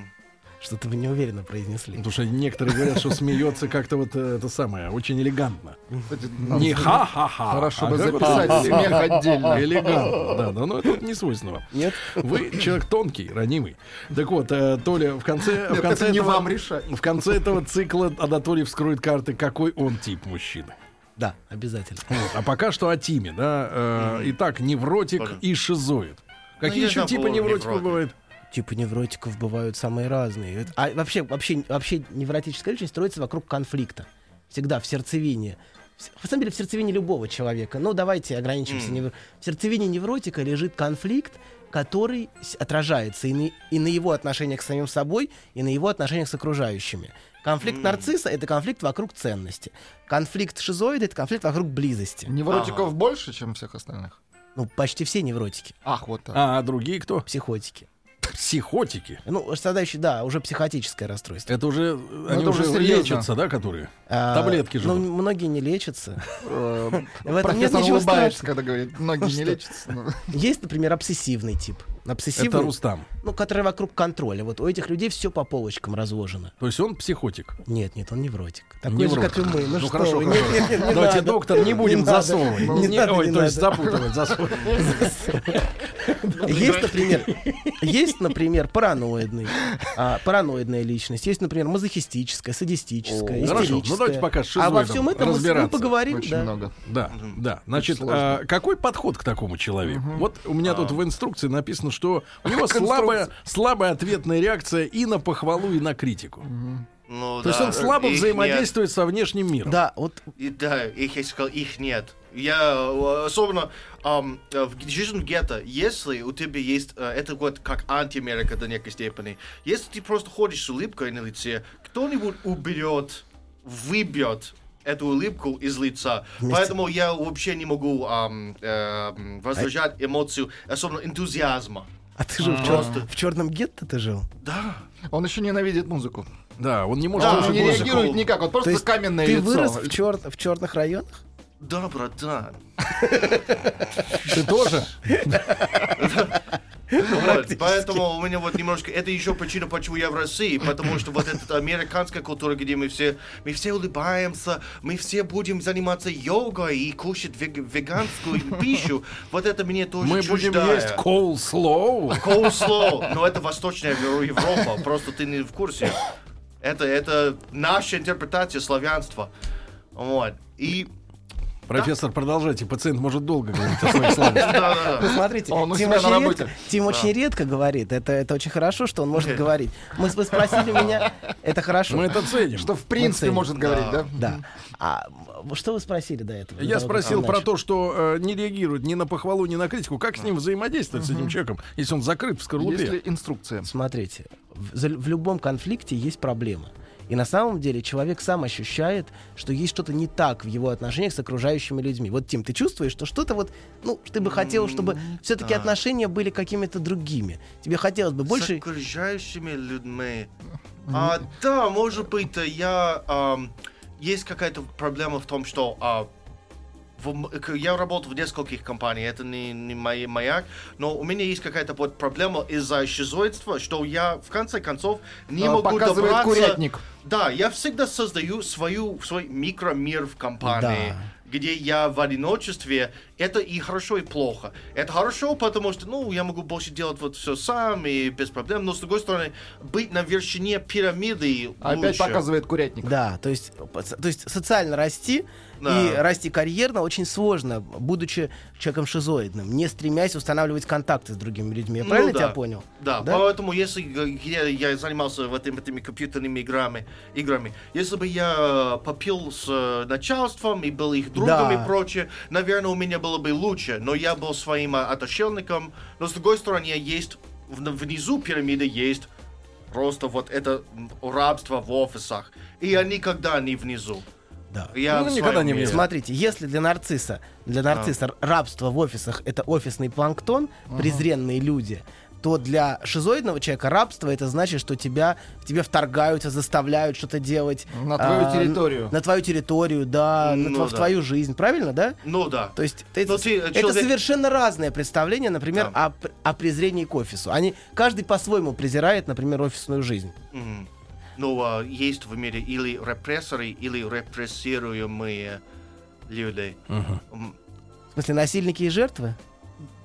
Speaker 5: Что-то вы неуверенно произнесли.
Speaker 3: Потому что некоторые говорят, что смеется как-то вот э, это самое, очень элегантно.
Speaker 6: А,
Speaker 3: Не ха-ха-ха.
Speaker 4: Хорошо
Speaker 3: а
Speaker 4: бы
Speaker 3: как вот
Speaker 4: записать
Speaker 3: элегантно.
Speaker 4: смех отдельно.
Speaker 3: Элегантно, да, да, но это вот не свойственно.
Speaker 5: Нет?
Speaker 3: Вы человек тонкий, ранимый. Так вот, э, Толя, в конце, в
Speaker 4: Нет,
Speaker 3: конце
Speaker 4: это не
Speaker 3: этого,
Speaker 4: вам решать.
Speaker 3: В конце этого цикла Анатолий вскроет карты, какой он тип мужчины.
Speaker 5: Да, обязательно.
Speaker 3: Вот, А пока что о Тиме, да. э, Итак, невротик
Speaker 7: Тоже.
Speaker 3: и шизоид.
Speaker 4: Ну,
Speaker 3: Какие
Speaker 7: я
Speaker 3: еще
Speaker 7: знаю,
Speaker 3: типы
Speaker 7: по-моему,
Speaker 3: невротиков
Speaker 7: невротик.
Speaker 3: бывают?
Speaker 5: Типа невротиков бывают самые разные. Это- А вообще, вообще, вообще невротическая личность строится вокруг конфликта. Всегда в сердцевине. В с- На самом деле в сердцевине любого человека. Ну, давайте ограничимся. невр- В сердцевине невротика лежит конфликт, который с- отражается и на, и на его отношениях с самим собой, и на его отношениях с окружающими. Конфликт нарцисса — это конфликт вокруг ценности. Конфликт шизоида — это конфликт вокруг близости.
Speaker 6: А.
Speaker 4: Невротиков больше, чем всех остальных?
Speaker 5: Ну, почти все невротики,
Speaker 4: Ах, вот так.
Speaker 3: А другие кто?
Speaker 5: психотики.
Speaker 3: Психотики.
Speaker 5: Ну, страдающие, да, уже психотическое расстройство.
Speaker 3: Это уже э, они
Speaker 5: Ну,
Speaker 4: это
Speaker 3: уже
Speaker 4: уже серьезно.
Speaker 3: лечатся, да, которые?
Speaker 5: А,
Speaker 3: Таблетки же.
Speaker 5: Ну, многие не лечатся.
Speaker 4: Э,
Speaker 5: *laughs* В этом нет
Speaker 4: Профессор
Speaker 5: ничего
Speaker 4: улыбается,
Speaker 5: страшного.
Speaker 4: когда говорит, многие не лечатся.
Speaker 5: *laughs*
Speaker 4: Ну,
Speaker 5: Есть, например, обсессивный тип.
Speaker 3: Это
Speaker 5: Обсессивный,
Speaker 3: Рустам.
Speaker 5: ну, который вокруг контроля. Вот у этих людей все по полочкам разложено.
Speaker 3: То есть он психотик.
Speaker 5: Нет, нет, он невротик. Такой
Speaker 3: Невротик.
Speaker 5: же, как и мы. Ну, что
Speaker 3: хорошо,
Speaker 5: вы.
Speaker 3: хорошо.
Speaker 5: Нет, нет, нет, не
Speaker 3: Давайте,
Speaker 5: надо.
Speaker 3: доктор, не будем
Speaker 5: надо.
Speaker 3: засовывать.
Speaker 5: Не
Speaker 3: Не-
Speaker 5: надо,
Speaker 3: Ой,
Speaker 5: не
Speaker 3: то есть
Speaker 5: надо.
Speaker 3: запутывать, засовывать.
Speaker 5: *laughs* Есть, например, есть, например, параноидный, а, параноидная личность. Есть, например, мазохистическая, садистическая,
Speaker 3: Хорошо, ну
Speaker 5: истерическая.
Speaker 3: давайте пока с
Speaker 5: А во
Speaker 3: шизоидом
Speaker 5: всем этом мы с- мы
Speaker 3: разбираться.
Speaker 5: поговорим.
Speaker 4: Очень
Speaker 5: да.
Speaker 4: много.
Speaker 3: Да, да. Значит,
Speaker 4: сложно.
Speaker 3: а, какой подход к такому человеку? Вот у меня
Speaker 5: А.
Speaker 3: тут в инструкции написано, что у него слабая, слабая ответная реакция и на похвалу, и на критику.
Speaker 7: Ну,
Speaker 3: То есть
Speaker 7: да.
Speaker 3: он слабо
Speaker 7: Их нет.
Speaker 3: взаимодействует со внешним миром.
Speaker 5: Да, вот
Speaker 7: И да, их я сказал, их нет. Я э, особенно ам, э, в г- жизнь гетто, если у тебя есть э, это вот как антиамерика до некой степени, если ты просто ходишь с улыбкой на лице, кто-нибудь уберет, выбьет эту улыбку из лица.
Speaker 5: Вместе-
Speaker 7: Поэтому я вообще не могу ам, э, м, воздержать эмоцию, особенно энтузиазма.
Speaker 5: А ты жил в, чёр- в черном гетто ты жил?
Speaker 7: Да.
Speaker 4: Он еще ненавидит музыку.
Speaker 3: Да, он не может
Speaker 4: Да,
Speaker 3: слушать
Speaker 4: он не
Speaker 3: музыку.
Speaker 4: реагирует никак, он
Speaker 5: То
Speaker 4: просто
Speaker 5: есть
Speaker 4: каменное
Speaker 5: ты
Speaker 4: лицо.
Speaker 5: вырос в, чёр- в черных районах?
Speaker 7: Да, братан.
Speaker 3: Ты тоже?
Speaker 7: Вот, поэтому у меня вот немножко... Это еще причина, почему я в России, потому что вот эта американская культура, где мы все, мы все улыбаемся, мы все будем заниматься йогой и кушать вег- веганскую пищу, вот это мне тоже
Speaker 3: Мы будем
Speaker 7: чуждая.
Speaker 3: есть коул-слоу.
Speaker 7: Коуслоу, но это Восточная Евро- Европа, просто ты не в курсе. Это, это наша интерпретация славянства. Вот. И...
Speaker 3: *laughs* Профессор, продолжайте. Пациент может долго говорить о *laughs* своих словах.
Speaker 7: Да-да-да.
Speaker 5: Смотрите,
Speaker 4: Он у
Speaker 5: Тим,
Speaker 4: себя на
Speaker 5: очень
Speaker 4: работе.
Speaker 5: редко, Тим очень редко говорит. Это, это очень хорошо, что он может говорить. Мы вы спросили меня, это хорошо.
Speaker 3: Мы это ценим.
Speaker 4: Что в принципе
Speaker 5: ценим.
Speaker 4: может говорить, да?
Speaker 5: Да. А м, что вы спросили до этого?
Speaker 3: Я
Speaker 5: До того, как
Speaker 3: спросил
Speaker 5: я
Speaker 3: про
Speaker 5: начал.
Speaker 3: то, что э, не реагирует ни на похвалу, ни на критику. Как с ним взаимодействовать, с этим человеком, если он закрыт в скорлупе?
Speaker 4: Есть ли инструкция?
Speaker 5: Смотрите, в, за- в любом конфликте есть проблема. И на самом деле человек сам ощущает, что есть что-то не так в его отношениях с окружающими людьми. Вот, Тим, ты чувствуешь, что что-то вот, ну, ты бы хотел, чтобы все-таки отношения были какими-то другими. Тебе хотелось бы больше...
Speaker 7: С окружающими людьми. А, да, может быть, да, я... ам, есть какая-то проблема в том, что... а, в м- к- я работал в нескольких компаниях, это не, не мои- моя, но у меня есть какая-то вот проблема из-за шизоидства, что я в конце концов не
Speaker 4: А,
Speaker 7: могу
Speaker 4: показывает
Speaker 7: добраться...
Speaker 4: курятник.
Speaker 7: Да, я всегда создаю свою, свой микромир в компании, где я в одиночестве. Это и хорошо, и плохо. Это хорошо, потому что, ну, я могу больше делать вот все сам и без проблем, но, с другой стороны, быть на вершине пирамиды
Speaker 4: Опять
Speaker 7: лучше.
Speaker 4: показывает курятник.
Speaker 5: Да, то есть, по- со- то есть социально расти
Speaker 7: Да.
Speaker 5: и расти карьерно очень сложно, будучи человеком шизоидным, не стремясь устанавливать контакты с другими людьми. Я
Speaker 7: Ну
Speaker 5: правильно
Speaker 7: да.
Speaker 5: тебя понял?
Speaker 7: Да, поэтому если г- я, я занимался вот этим- этими компьютерными играми, играми, если бы я э, попил с э, начальством и был их другом
Speaker 5: Да.
Speaker 7: и прочее, наверное, у меня было бы лучше, но я был своим э, отшельником. Но с другой стороны, есть вн- внизу пирамиды есть просто вот это м, рабство в офисах, и я никогда не внизу.
Speaker 5: Да.
Speaker 7: Я
Speaker 3: Ну,
Speaker 7: в
Speaker 3: никогда
Speaker 7: своем
Speaker 3: не
Speaker 7: мире.
Speaker 3: внизу.
Speaker 5: Смотрите, если для нарцисса, для нарцисса рабство в офисах это офисный планктон, презренные люди, то для шизоидного человека рабство это значит, что тебя к тебе вторгаются, заставляют что-то делать
Speaker 4: На твою
Speaker 5: а,
Speaker 4: территорию.
Speaker 5: на, твою территорию, да, на
Speaker 7: Ну
Speaker 5: тво- в
Speaker 7: да.
Speaker 5: твою жизнь, правильно, да?
Speaker 7: Ну да.
Speaker 5: То есть это,
Speaker 7: Но ты, э,
Speaker 5: это
Speaker 7: человек-
Speaker 5: совершенно разное представление, например, о, пр- о презрении к офису. Они каждый по-своему презирает, например, офисную жизнь.
Speaker 7: Мгм. Ну, а, есть в мире или репрессоры, или репрессируемые люди. М,
Speaker 5: В смысле, насильники и жертвы?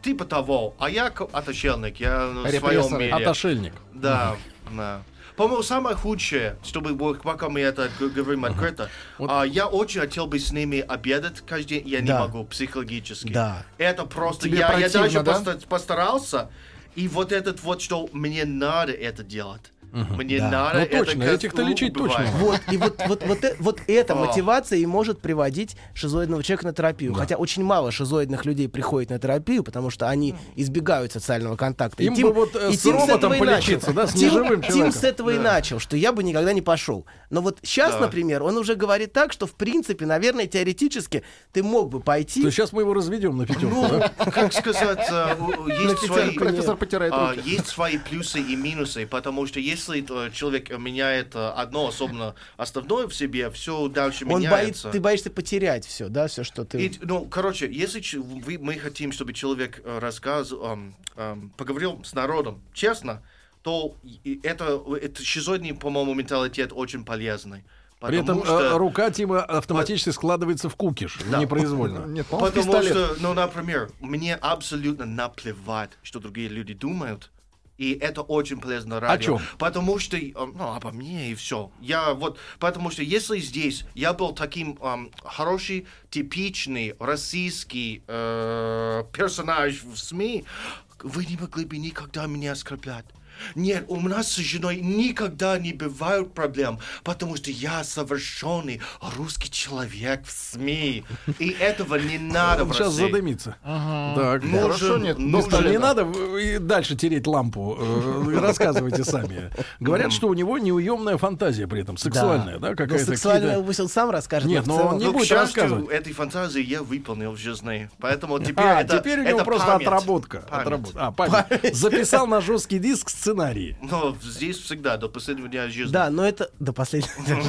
Speaker 7: Типа того. А я к- отшельник, я в своем
Speaker 4: Репрессоры.
Speaker 7: мире.
Speaker 3: Отошельник.
Speaker 7: Да, да. По-моему, самое худшее, чтобы вот пока мы это г- говорим открыто, а, я очень хотел бы с ними обедать каждый день, я не
Speaker 5: Да.
Speaker 7: могу психологически.
Speaker 5: Да.
Speaker 7: Это просто,
Speaker 4: Тебе
Speaker 7: я, я
Speaker 4: противно,
Speaker 7: даже
Speaker 4: да?
Speaker 7: поста- постарался, и вот этот вот, что мне надо это делать. Мне надо
Speaker 3: Ну,
Speaker 7: это
Speaker 3: точно,
Speaker 7: как
Speaker 3: этих-то лечить точно
Speaker 7: убивать.
Speaker 3: надо.
Speaker 5: Вот, и вот, вот, вот, э- вот эта
Speaker 7: А.
Speaker 5: мотивация и может приводить шизоидного человека на терапию. Хотя очень мало шизоидных людей приходит на терапию, потому что они избегают социального контакта. И
Speaker 3: Им
Speaker 5: Тим-
Speaker 3: бы вот, э,
Speaker 5: и
Speaker 3: с
Speaker 5: Тим
Speaker 3: роботом
Speaker 5: этого и начал.
Speaker 3: полечиться, да, с
Speaker 5: Тим-
Speaker 3: неживым
Speaker 5: Тим
Speaker 3: человеком.
Speaker 5: с этого и начал, что я бы никогда не пошел. Но вот сейчас,
Speaker 7: Да.
Speaker 5: например, он уже говорит так, что в принципе, наверное, теоретически ты мог бы пойти.
Speaker 3: То есть сейчас мы его разведем на пятерку,
Speaker 7: Ну,
Speaker 3: да?
Speaker 7: как сказать, э, у- у- есть свои...
Speaker 4: Профессор потирает
Speaker 7: а,
Speaker 4: руки.
Speaker 7: Есть свои плюсы и минусы, потому что если э, человек меняет э, одно, особенно основное в себе, все дальше
Speaker 5: Он
Speaker 7: меняется.
Speaker 5: боится, ты боишься потерять все, да, все, что ты.
Speaker 7: И, ну, короче, если ч- вы- мы хотим, чтобы человек э, рассказ, эм, эм, поговорил с народом честно, то и- и это, это шизоидный, по-моему, менталитет очень полезный.
Speaker 3: При этом
Speaker 7: Потому что-
Speaker 3: э, рука Тима автоматически складывается в кукиш, *laughs* непроизвольно.
Speaker 4: Нет, по-моему,
Speaker 7: Потому
Speaker 4: пистолет.
Speaker 7: что, ну, например, мне абсолютно наплевать, что другие люди думают. И это очень полезно радио.
Speaker 3: чем?
Speaker 7: Потому что, э, ну, обо мне и все. Я вот, потому что если здесь я был таким эм, хороший, типичный российский э, персонаж в СМИ, вы не могли бы никогда меня оскорблять. Нет, у нас с женой никогда не бывают проблем, потому что я совершенный русский человек в СМИ. И этого не надо в
Speaker 3: Сейчас
Speaker 7: России.
Speaker 3: задымится. Так.
Speaker 7: Ну,
Speaker 4: Хорошо, нет, без
Speaker 7: нужен-
Speaker 3: Ну, что,
Speaker 7: Слушай,
Speaker 3: не
Speaker 7: да.
Speaker 3: надо э, и дальше тереть лампу. э, Рассказывайте сами. Говорят, что у него неуемная фантазия при этом, сексуальная, да,
Speaker 5: Ну,
Speaker 3: какая-то.
Speaker 5: сексуальная
Speaker 3: какие-то-
Speaker 5: пусть он сам расскажет.
Speaker 3: Нет,
Speaker 5: но в
Speaker 3: но он
Speaker 5: целом-
Speaker 3: не
Speaker 7: Ну, к
Speaker 3: будет
Speaker 7: счастью,
Speaker 3: рассказывать.
Speaker 7: этой фантазии я выполнил в жизни. Поэтому теперь
Speaker 3: А,
Speaker 7: это
Speaker 3: теперь у
Speaker 7: это
Speaker 3: него просто
Speaker 7: память.
Speaker 3: отработка.
Speaker 7: Память.
Speaker 3: Отработка. А, память. Записал на жесткий диск с
Speaker 7: *laughs*
Speaker 3: сценарии.
Speaker 7: Но ну, здесь всегда до последнего дня жизни. А,
Speaker 5: Да, но это до последнего.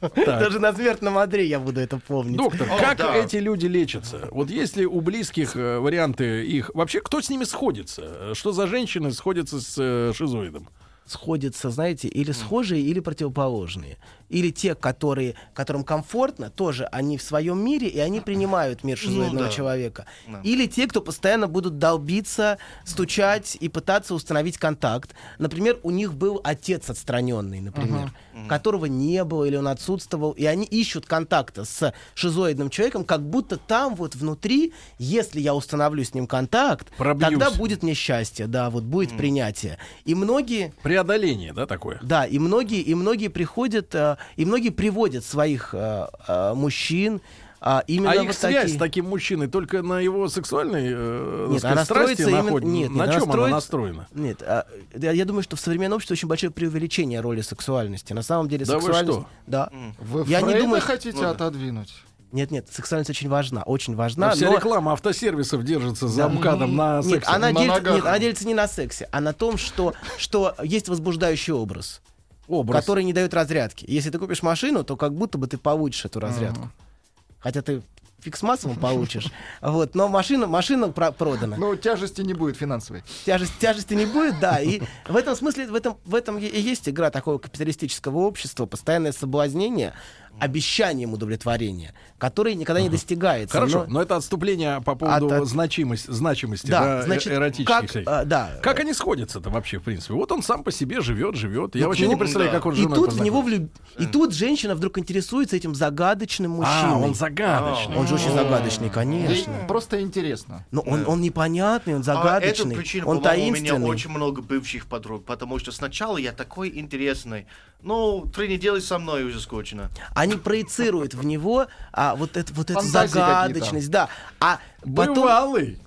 Speaker 3: Так.
Speaker 5: Даже на смертном одре я буду это помнить.
Speaker 3: Доктор,
Speaker 7: О,
Speaker 3: как
Speaker 7: да.
Speaker 3: эти люди лечатся? Вот есть ли у близких э, варианты их... Вообще, кто с ними сходится? Э, Что за женщины сходятся с э, шизоидом?
Speaker 5: сходятся, знаете, или схожие, или противоположные. Или те, которые, которым комфортно, тоже они в своем мире, и они принимают мир шизоидного
Speaker 7: Ну да.
Speaker 5: человека.
Speaker 7: Да.
Speaker 5: Или те, кто постоянно будут долбиться, стучать и пытаться установить контакт. Например, у них был отец отстраненный, например, которого не было, или он отсутствовал, и они ищут контакта с шизоидным человеком, как будто там вот внутри, если я установлю с ним контакт,
Speaker 3: Пробьюсь.
Speaker 5: тогда будет мне счастье, да, вот будет принятие. И многие
Speaker 3: Преодоление, да, такое?
Speaker 5: да, и многие, и многие приходят, э, и многие приводят своих э, э, мужчин а, именно
Speaker 3: А
Speaker 5: вот
Speaker 3: их связь
Speaker 5: такие.
Speaker 3: с таким мужчиной только на его сексуальной э, так
Speaker 5: Нет,
Speaker 3: сказать,
Speaker 5: она
Speaker 3: страсти
Speaker 5: строится именно-
Speaker 3: находит?
Speaker 5: нет,
Speaker 3: на
Speaker 5: нет, она
Speaker 3: чем она
Speaker 5: строится-
Speaker 3: настроена?
Speaker 5: Нет, а, я, я думаю, что в современном обществе очень большое преувеличение роли сексуальности. На самом деле
Speaker 3: Да вы
Speaker 5: сексуальность.
Speaker 3: что?
Speaker 5: Да.
Speaker 4: Вы
Speaker 5: Я не
Speaker 4: Фрейда
Speaker 5: думаю, что-
Speaker 4: хотите отодвинуть?
Speaker 5: Нет, нет, сексуальность очень важна, очень
Speaker 3: Ну,
Speaker 5: важна.
Speaker 3: вся
Speaker 5: но-
Speaker 3: реклама автосервисов держится за МКАДом на
Speaker 5: Нет,
Speaker 3: сексе.
Speaker 5: она
Speaker 4: На
Speaker 5: делится,
Speaker 4: ногах.
Speaker 5: нет, она делится не на сексе, а на том, что, что есть возбуждающий образ,
Speaker 3: Образ.
Speaker 5: который не дает разрядки. Если ты купишь машину, то как будто бы ты получишь эту разрядку. Хотя ты
Speaker 3: *laughs*
Speaker 5: фикс массовым получишь. Вот, но машина, машина про- продана.
Speaker 4: Ну, тяжести не будет финансовой.
Speaker 5: Тяжесть, тяжести не будет, да. И в этом смысле, в этом, в этом и есть игра такого капиталистического общества, постоянное соблазнение обещанием удовлетворения, которое никогда не достигается.
Speaker 3: Хорошо,
Speaker 5: Но-
Speaker 3: но это отступление по поводу
Speaker 5: От- от-
Speaker 3: значимости, значимости
Speaker 5: Да,
Speaker 3: да, э-
Speaker 5: значит,
Speaker 3: эротических
Speaker 5: как,
Speaker 3: всяких.
Speaker 5: а, да.
Speaker 3: Как они сходятся-то вообще, в принципе? Вот он сам по себе живет, живет. Я
Speaker 5: Ну,
Speaker 3: вообще не
Speaker 5: ну,
Speaker 3: представляю,
Speaker 7: да.
Speaker 3: как он с
Speaker 5: И
Speaker 3: женой
Speaker 5: тут в него
Speaker 3: познакомился.
Speaker 5: влюб... И тут женщина вдруг интересуется этим загадочным мужчиной.
Speaker 3: А, он загадочный.
Speaker 5: А, Он же очень загадочный, конечно.
Speaker 4: Ей просто интересно.
Speaker 5: Но Ну, он, он непонятный, он
Speaker 7: А
Speaker 5: загадочный,
Speaker 7: эту причину,
Speaker 5: он
Speaker 7: по-моему, у
Speaker 5: таинственный.
Speaker 7: меня очень много бывших подруг, потому что сначала я такой интересный. Ну, три недели со мной
Speaker 3: *laughs*
Speaker 7: уже скучно.
Speaker 5: Они проецируют в него а, вот, это, вот эту
Speaker 4: Фантазии
Speaker 5: загадочность, да. А потом,
Speaker 3: Бывалый,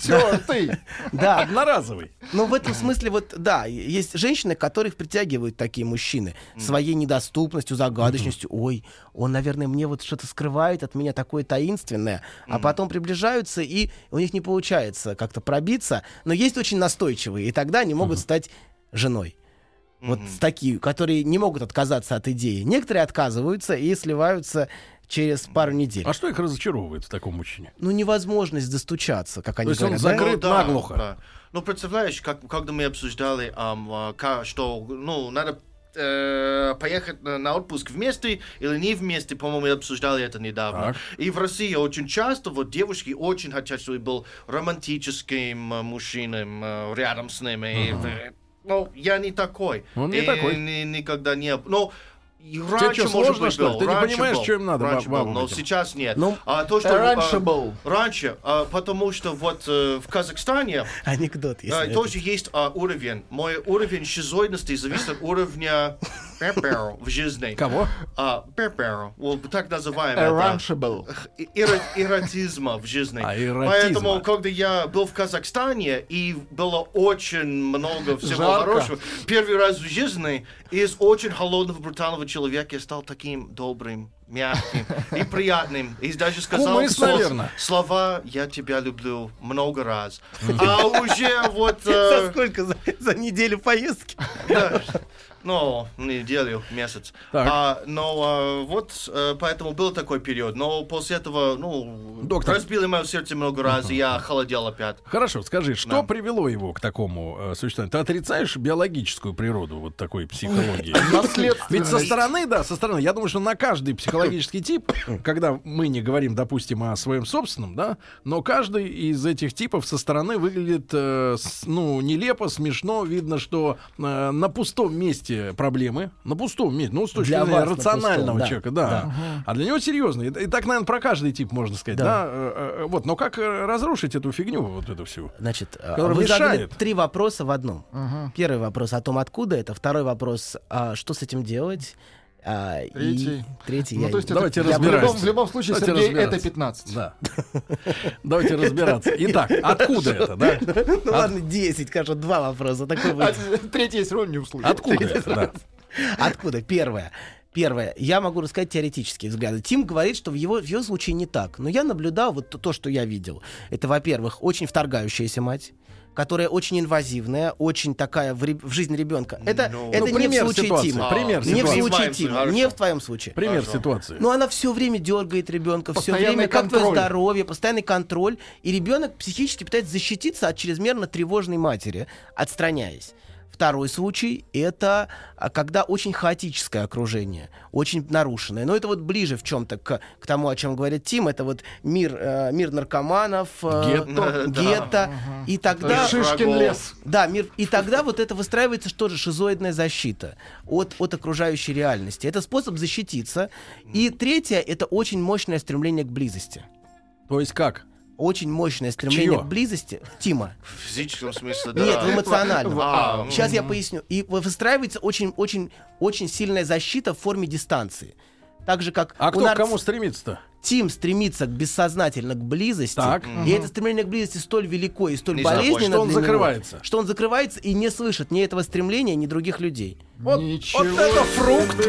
Speaker 4: Тёртый!
Speaker 5: да,
Speaker 3: одноразовый.
Speaker 5: Ну, в этом смысле, вот, да, есть женщины, которых притягивают такие мужчины своей недоступностью, загадочностью. Ой, он, наверное, мне вот что-то скрывает от меня такое таинственное. А потом приближаются, и у них не получается как-то пробиться. Но есть очень настойчивые, и тогда они могут стать женой. Вот такие, которые не могут отказаться от идеи. Некоторые отказываются и сливаются через пару недель.
Speaker 3: А что их разочаровывает в таком мужчине?
Speaker 5: Ну, невозможность достучаться, как они
Speaker 3: есть он
Speaker 5: говорят. *laughs*
Speaker 3: за-
Speaker 5: да?
Speaker 3: Закрыт
Speaker 7: да,
Speaker 3: наглухо.
Speaker 7: да. Ну, представляешь, как, когда мы обсуждали, ам, а, ка- что, ну, надо э, поехать на, на отпуск вместе или не вместе, по-моему, мы обсуждали это недавно.
Speaker 3: Так.
Speaker 7: И в России очень часто вот девушки очень хотят, чтобы был романтическим э, мужчиной э, рядом с ними. И, э, ну, я не такой.
Speaker 3: Он не
Speaker 7: И
Speaker 3: такой.
Speaker 7: ни- никогда не... об- Ну, и
Speaker 3: чё,
Speaker 7: раньше, может
Speaker 3: сложно,
Speaker 7: быть,
Speaker 3: что ли?
Speaker 7: был,
Speaker 3: Ты не
Speaker 7: раньше
Speaker 3: понимаешь,
Speaker 7: был,
Speaker 3: чё им надо,
Speaker 7: раньше
Speaker 3: баб-
Speaker 7: был,
Speaker 3: бабам
Speaker 7: но
Speaker 3: этим?
Speaker 7: сейчас нет.
Speaker 5: Ну,
Speaker 7: а то, что,
Speaker 4: Раньше
Speaker 7: а,
Speaker 4: был.
Speaker 7: Раньше, а, потому что вот э, в Казахстане
Speaker 5: Анекдот есть.
Speaker 7: а,
Speaker 5: на эту
Speaker 7: тоже есть а, уровень. Мой уровень шизоидности зависит от уровня пепперу в жизни.
Speaker 3: Кого?
Speaker 7: А, пепперу. Вот так называем это.
Speaker 4: Э, Раньше был.
Speaker 7: И- эро- эротизма в жизни.
Speaker 3: А, эротизма.
Speaker 7: Поэтому, когда я был в Казахстане, и было очень много всего
Speaker 4: Жарко.
Speaker 7: хорошего, первый раз в жизни из очень холодного, брутального человека я стал таким добрым, мягким
Speaker 3: *laughs*
Speaker 7: и приятным. И даже сказал
Speaker 3: Кумыс,
Speaker 7: слов-
Speaker 3: наверно.
Speaker 7: слова «я тебя люблю» много раз. А уже
Speaker 5: *laughs*
Speaker 7: вот... э,
Speaker 5: За сколько? За, за неделю поездки?
Speaker 7: да. Ну, неделю, месяц.
Speaker 3: Так.
Speaker 7: А, но а, вот, э, поэтому был такой период. Но после этого, ну,
Speaker 3: Доктор.
Speaker 7: разбили мое сердце много раз, и я холодел опять.
Speaker 3: Хорошо, скажи, что
Speaker 7: Да.
Speaker 3: привело его к такому э, существованию? Ты отрицаешь биологическую природу вот такой психологии? Ведь со
Speaker 4: Наследственность.
Speaker 3: стороны, да, со стороны, я думаю, что на каждый психологический тип, *coughs* когда мы не говорим, допустим, о своем собственном, да, но каждый из этих типов со стороны выглядит, э, с- ну, нелепо, смешно, видно, что э, на пустом месте проблемы, на пустом месте, ну, с точки
Speaker 5: Для
Speaker 3: зрения
Speaker 5: вас на пустом,
Speaker 3: рационального
Speaker 5: да,
Speaker 3: человека, да. А для него серьезно. И, и так, наверное, про каждый тип можно сказать, да.
Speaker 5: Да.
Speaker 3: э, э, вот, но как э, разрушить эту фигню, вот эту всю?
Speaker 5: Значит, а,
Speaker 3: Который
Speaker 5: вы задали
Speaker 3: мешает.
Speaker 5: три вопроса в одном.
Speaker 4: А.
Speaker 5: Первый вопрос о том, откуда это. Второй вопрос, а, что с этим делать. а, и
Speaker 4: Третий.
Speaker 5: третий.
Speaker 4: Ну,
Speaker 5: я
Speaker 4: то есть
Speaker 5: не-
Speaker 4: это-
Speaker 3: Давайте
Speaker 4: в любом-
Speaker 3: разбираться.
Speaker 4: В любом случае,
Speaker 3: Давайте
Speaker 4: Сергей,
Speaker 3: разбираться.
Speaker 4: это 15.
Speaker 3: Да. *laughs* Давайте разбираться. Итак, откуда это, да?
Speaker 5: *laughs* Ну ладно, 10, конечно, два
Speaker 4: *laughs*
Speaker 5: вопроса. Такой
Speaker 4: А
Speaker 5: будет.
Speaker 4: Третий, если он не услышал.
Speaker 3: Откуда это, да?
Speaker 5: Откуда? Первое. Первое. Я могу рассказать теоретические взгляды. Тим говорит, что в его, в его случае не так. Но я наблюдал вот то, то, что я видел. Это, во-первых, очень вторгающаяся мать которая очень инвазивная, очень такая в, ре- в жизнь ребенка. Это,
Speaker 7: Ну,
Speaker 5: это не в
Speaker 3: пример
Speaker 5: случае
Speaker 3: ситуации,
Speaker 5: Тима.
Speaker 3: пример
Speaker 5: не в
Speaker 3: ситуации.
Speaker 5: случае
Speaker 7: Понимаем,
Speaker 5: Тима,
Speaker 7: хорошо.
Speaker 5: не в твоем случае.
Speaker 3: Пример
Speaker 7: Хорошо.
Speaker 3: ситуации.
Speaker 5: Но Ну, она все время дергает ребенка, все
Speaker 4: Постоянный
Speaker 5: время как твое
Speaker 4: контроль.
Speaker 5: здоровье, постоянный контроль. И ребенок психически пытается защититься от чрезмерно тревожной матери, отстраняясь. Второй случай – это а, когда очень хаотическое окружение, очень нарушенное. Но это вот ближе в чем-то к, к тому, о чем говорит Тим. Это вот мир, э, мир наркоманов, э,
Speaker 7: Гетто.
Speaker 5: гетто. И тогда...
Speaker 7: Тоже
Speaker 4: Шишкин
Speaker 7: врагов.
Speaker 4: лес.
Speaker 5: Да, мир. И тогда вот это выстраивается что же шизоидная защита от, от окружающей реальности. Это способ защититься. И третье это очень мощное стремление к близости.
Speaker 3: То есть как?
Speaker 5: Очень мощное стремление
Speaker 3: Чьё?
Speaker 5: к близости. Тима.
Speaker 7: В физическом смысле, да. Типа,
Speaker 5: Нет, в эмоциональном.
Speaker 7: А, м.
Speaker 5: Сейчас я поясню. И вы- выстраивается очень, очень, очень сильная защита в форме дистанции. Так же, как
Speaker 3: А
Speaker 5: у
Speaker 3: кто к
Speaker 5: нарцисса-
Speaker 3: кому стремится-то?
Speaker 5: Тим стремится к бессознательно к близости,
Speaker 3: Так.
Speaker 5: и это стремление к близости столь велико и столь
Speaker 7: Не знаю,
Speaker 5: болезненно,
Speaker 3: что он
Speaker 5: для него,
Speaker 3: закрывается.
Speaker 5: что он закрывается и не слышит ни этого стремления, ни других людей.
Speaker 3: Вот,
Speaker 4: Ничего
Speaker 3: вот это фрукт!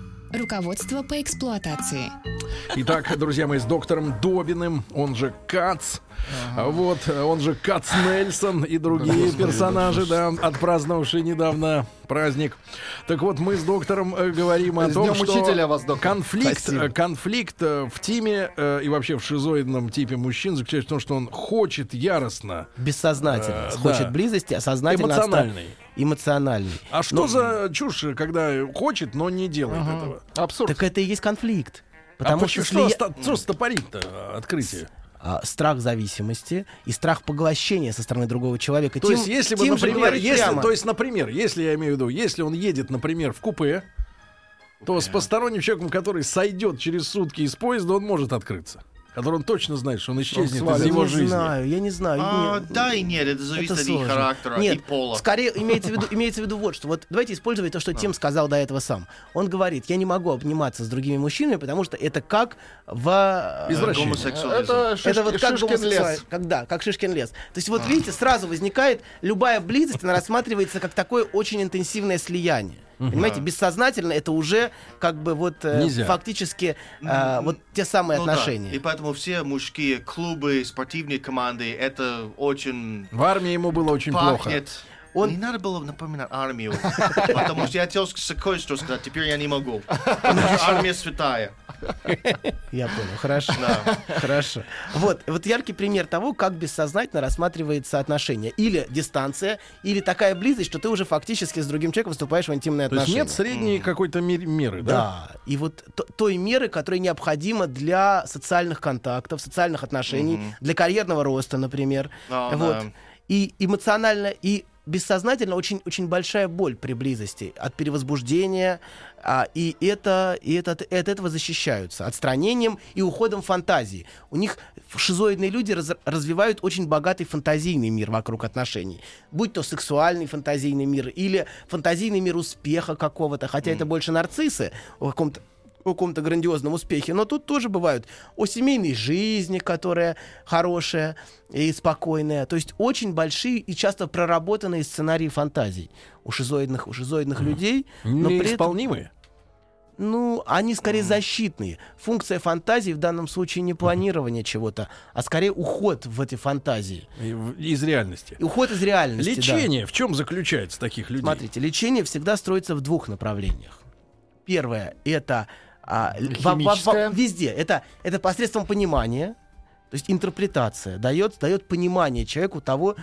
Speaker 2: Руководство по эксплуатации.
Speaker 3: Итак, друзья мои, с доктором Добиным, он же Кац, вот, э, он же Кац Нельсон и другие персонажи, да, отпраздновавшие недавно праздник. Так вот, мы с доктором э, говорим о
Speaker 4: С
Speaker 3: том,
Speaker 4: днём
Speaker 3: что
Speaker 4: учителя вас, доктор.
Speaker 3: конфликт,
Speaker 5: Спасибо.
Speaker 3: э, конфликт э, в тиме э, и вообще в шизоидном типе мужчин заключается в том, что он хочет яростно.
Speaker 5: Бессознательно
Speaker 3: Э,
Speaker 5: хочет
Speaker 3: да.
Speaker 5: близости, а сознательно отста-
Speaker 3: Эмоциональный.
Speaker 5: Эмоциональный.
Speaker 3: А
Speaker 4: Ну,
Speaker 3: что за чушь, э, когда хочет, но не делает этого?
Speaker 4: Абсурд. А
Speaker 5: Так это и есть конфликт.
Speaker 3: а
Speaker 5: Потому
Speaker 3: почему-
Speaker 5: что,
Speaker 3: что,
Speaker 5: слия-
Speaker 3: ста- что стопорит-то э, открытие?
Speaker 5: а, страх зависимости и страх поглощения со стороны другого человека.
Speaker 3: То
Speaker 5: Тим-
Speaker 3: есть, если бы,
Speaker 5: Тим же
Speaker 3: например,
Speaker 5: говорит
Speaker 3: если,
Speaker 5: прямо.
Speaker 3: то есть, например, если я имею в виду, если он едет, например, в купе, то с посторонним человеком, который сойдет через сутки из поезда, он может открыться. Который он точно знает, что он исчезнет из
Speaker 5: Я
Speaker 3: его
Speaker 5: не
Speaker 3: жизни.
Speaker 5: знаю, я не знаю.
Speaker 7: А,
Speaker 5: Нет.
Speaker 7: да и нет, это зависит
Speaker 5: Это
Speaker 7: от их
Speaker 5: сложно.
Speaker 7: характера
Speaker 5: Нет,
Speaker 7: и пола.
Speaker 5: Скорее имеется в виду, имеется в виду вот что. Вот давайте использовать то, что Тим сказал до этого сам. Он говорит, я не могу обниматься с другими мужчинами, потому что это как в э,
Speaker 3: Извращение.
Speaker 7: Гомосексуализм.
Speaker 4: Это шиш-
Speaker 5: это вот как
Speaker 4: Шишкин
Speaker 5: гомосексуаль-
Speaker 4: лес.
Speaker 5: Как, да, как Шишкин лес. То есть
Speaker 7: А.
Speaker 5: вот видите, сразу возникает любая близость, она рассматривается как такое очень интенсивное слияние. Понимаете, бессознательно это уже как бы вот э,
Speaker 3: Нельзя.
Speaker 5: фактически э, вот те самые
Speaker 7: Ну да,
Speaker 5: отношения.
Speaker 7: И поэтому все мужские клубы, спортивные команды, это очень
Speaker 3: В армии ему было очень плохо.
Speaker 7: пахнет.
Speaker 5: Он-
Speaker 7: Не надо было напоминать
Speaker 3: *laughs*
Speaker 7: армию, потому что я хотел с- кое-что сказать, теперь я
Speaker 3: *laughs*
Speaker 7: не могу. Потому что Армия святая.
Speaker 5: Я понял, хорошо.
Speaker 7: Да.
Speaker 5: Хорошо. Вот, вот яркий пример того, как бессознательно рассматривается отношение. Или дистанция, или такая близость, что ты уже фактически с другим человеком вступаешь в интимные
Speaker 3: То есть
Speaker 5: отношения.
Speaker 3: нет средней какой-то мер- меры, да?
Speaker 5: Да, и вот то- той меры, которая необходима для социальных контактов, социальных отношений, для карьерного роста, например.
Speaker 7: Да,
Speaker 5: вот.
Speaker 7: да.
Speaker 5: И эмоционально, и бессознательно очень, очень большая боль при близости от перевозбуждения, а, и, это, и это, от от этого защищаются отстранением и уходом фантазии. У них ф- шизоидные люди раз- развивают очень богатый фантазийный мир вокруг отношений, будь то сексуальный фантазийный мир или фантазийный мир успеха какого-то, хотя это больше нарциссы в каком-то о каком-то грандиозном успехе, но тут тоже бывают о семейной жизни, которая хорошая и спокойная. То есть очень большие и часто проработанные сценарии фантазий у шизоидных, у шизоидных людей. Но при этом,
Speaker 3: Неисполнимые.
Speaker 5: ну, они скорее защитные. Функция фантазии в данном случае не планирование чего-то, а скорее уход в эти фантазии.
Speaker 3: И в- Из реальности.
Speaker 5: И уход из реальности. да.
Speaker 3: Лечение в чем заключается таких людей?
Speaker 5: Смотрите, лечение всегда строится в двух направлениях. Первое это а, л- во- во- во-
Speaker 4: Химическое.
Speaker 5: везде. Это, это посредством понимания, то есть интерпретация дает, дает понимание человеку того, г-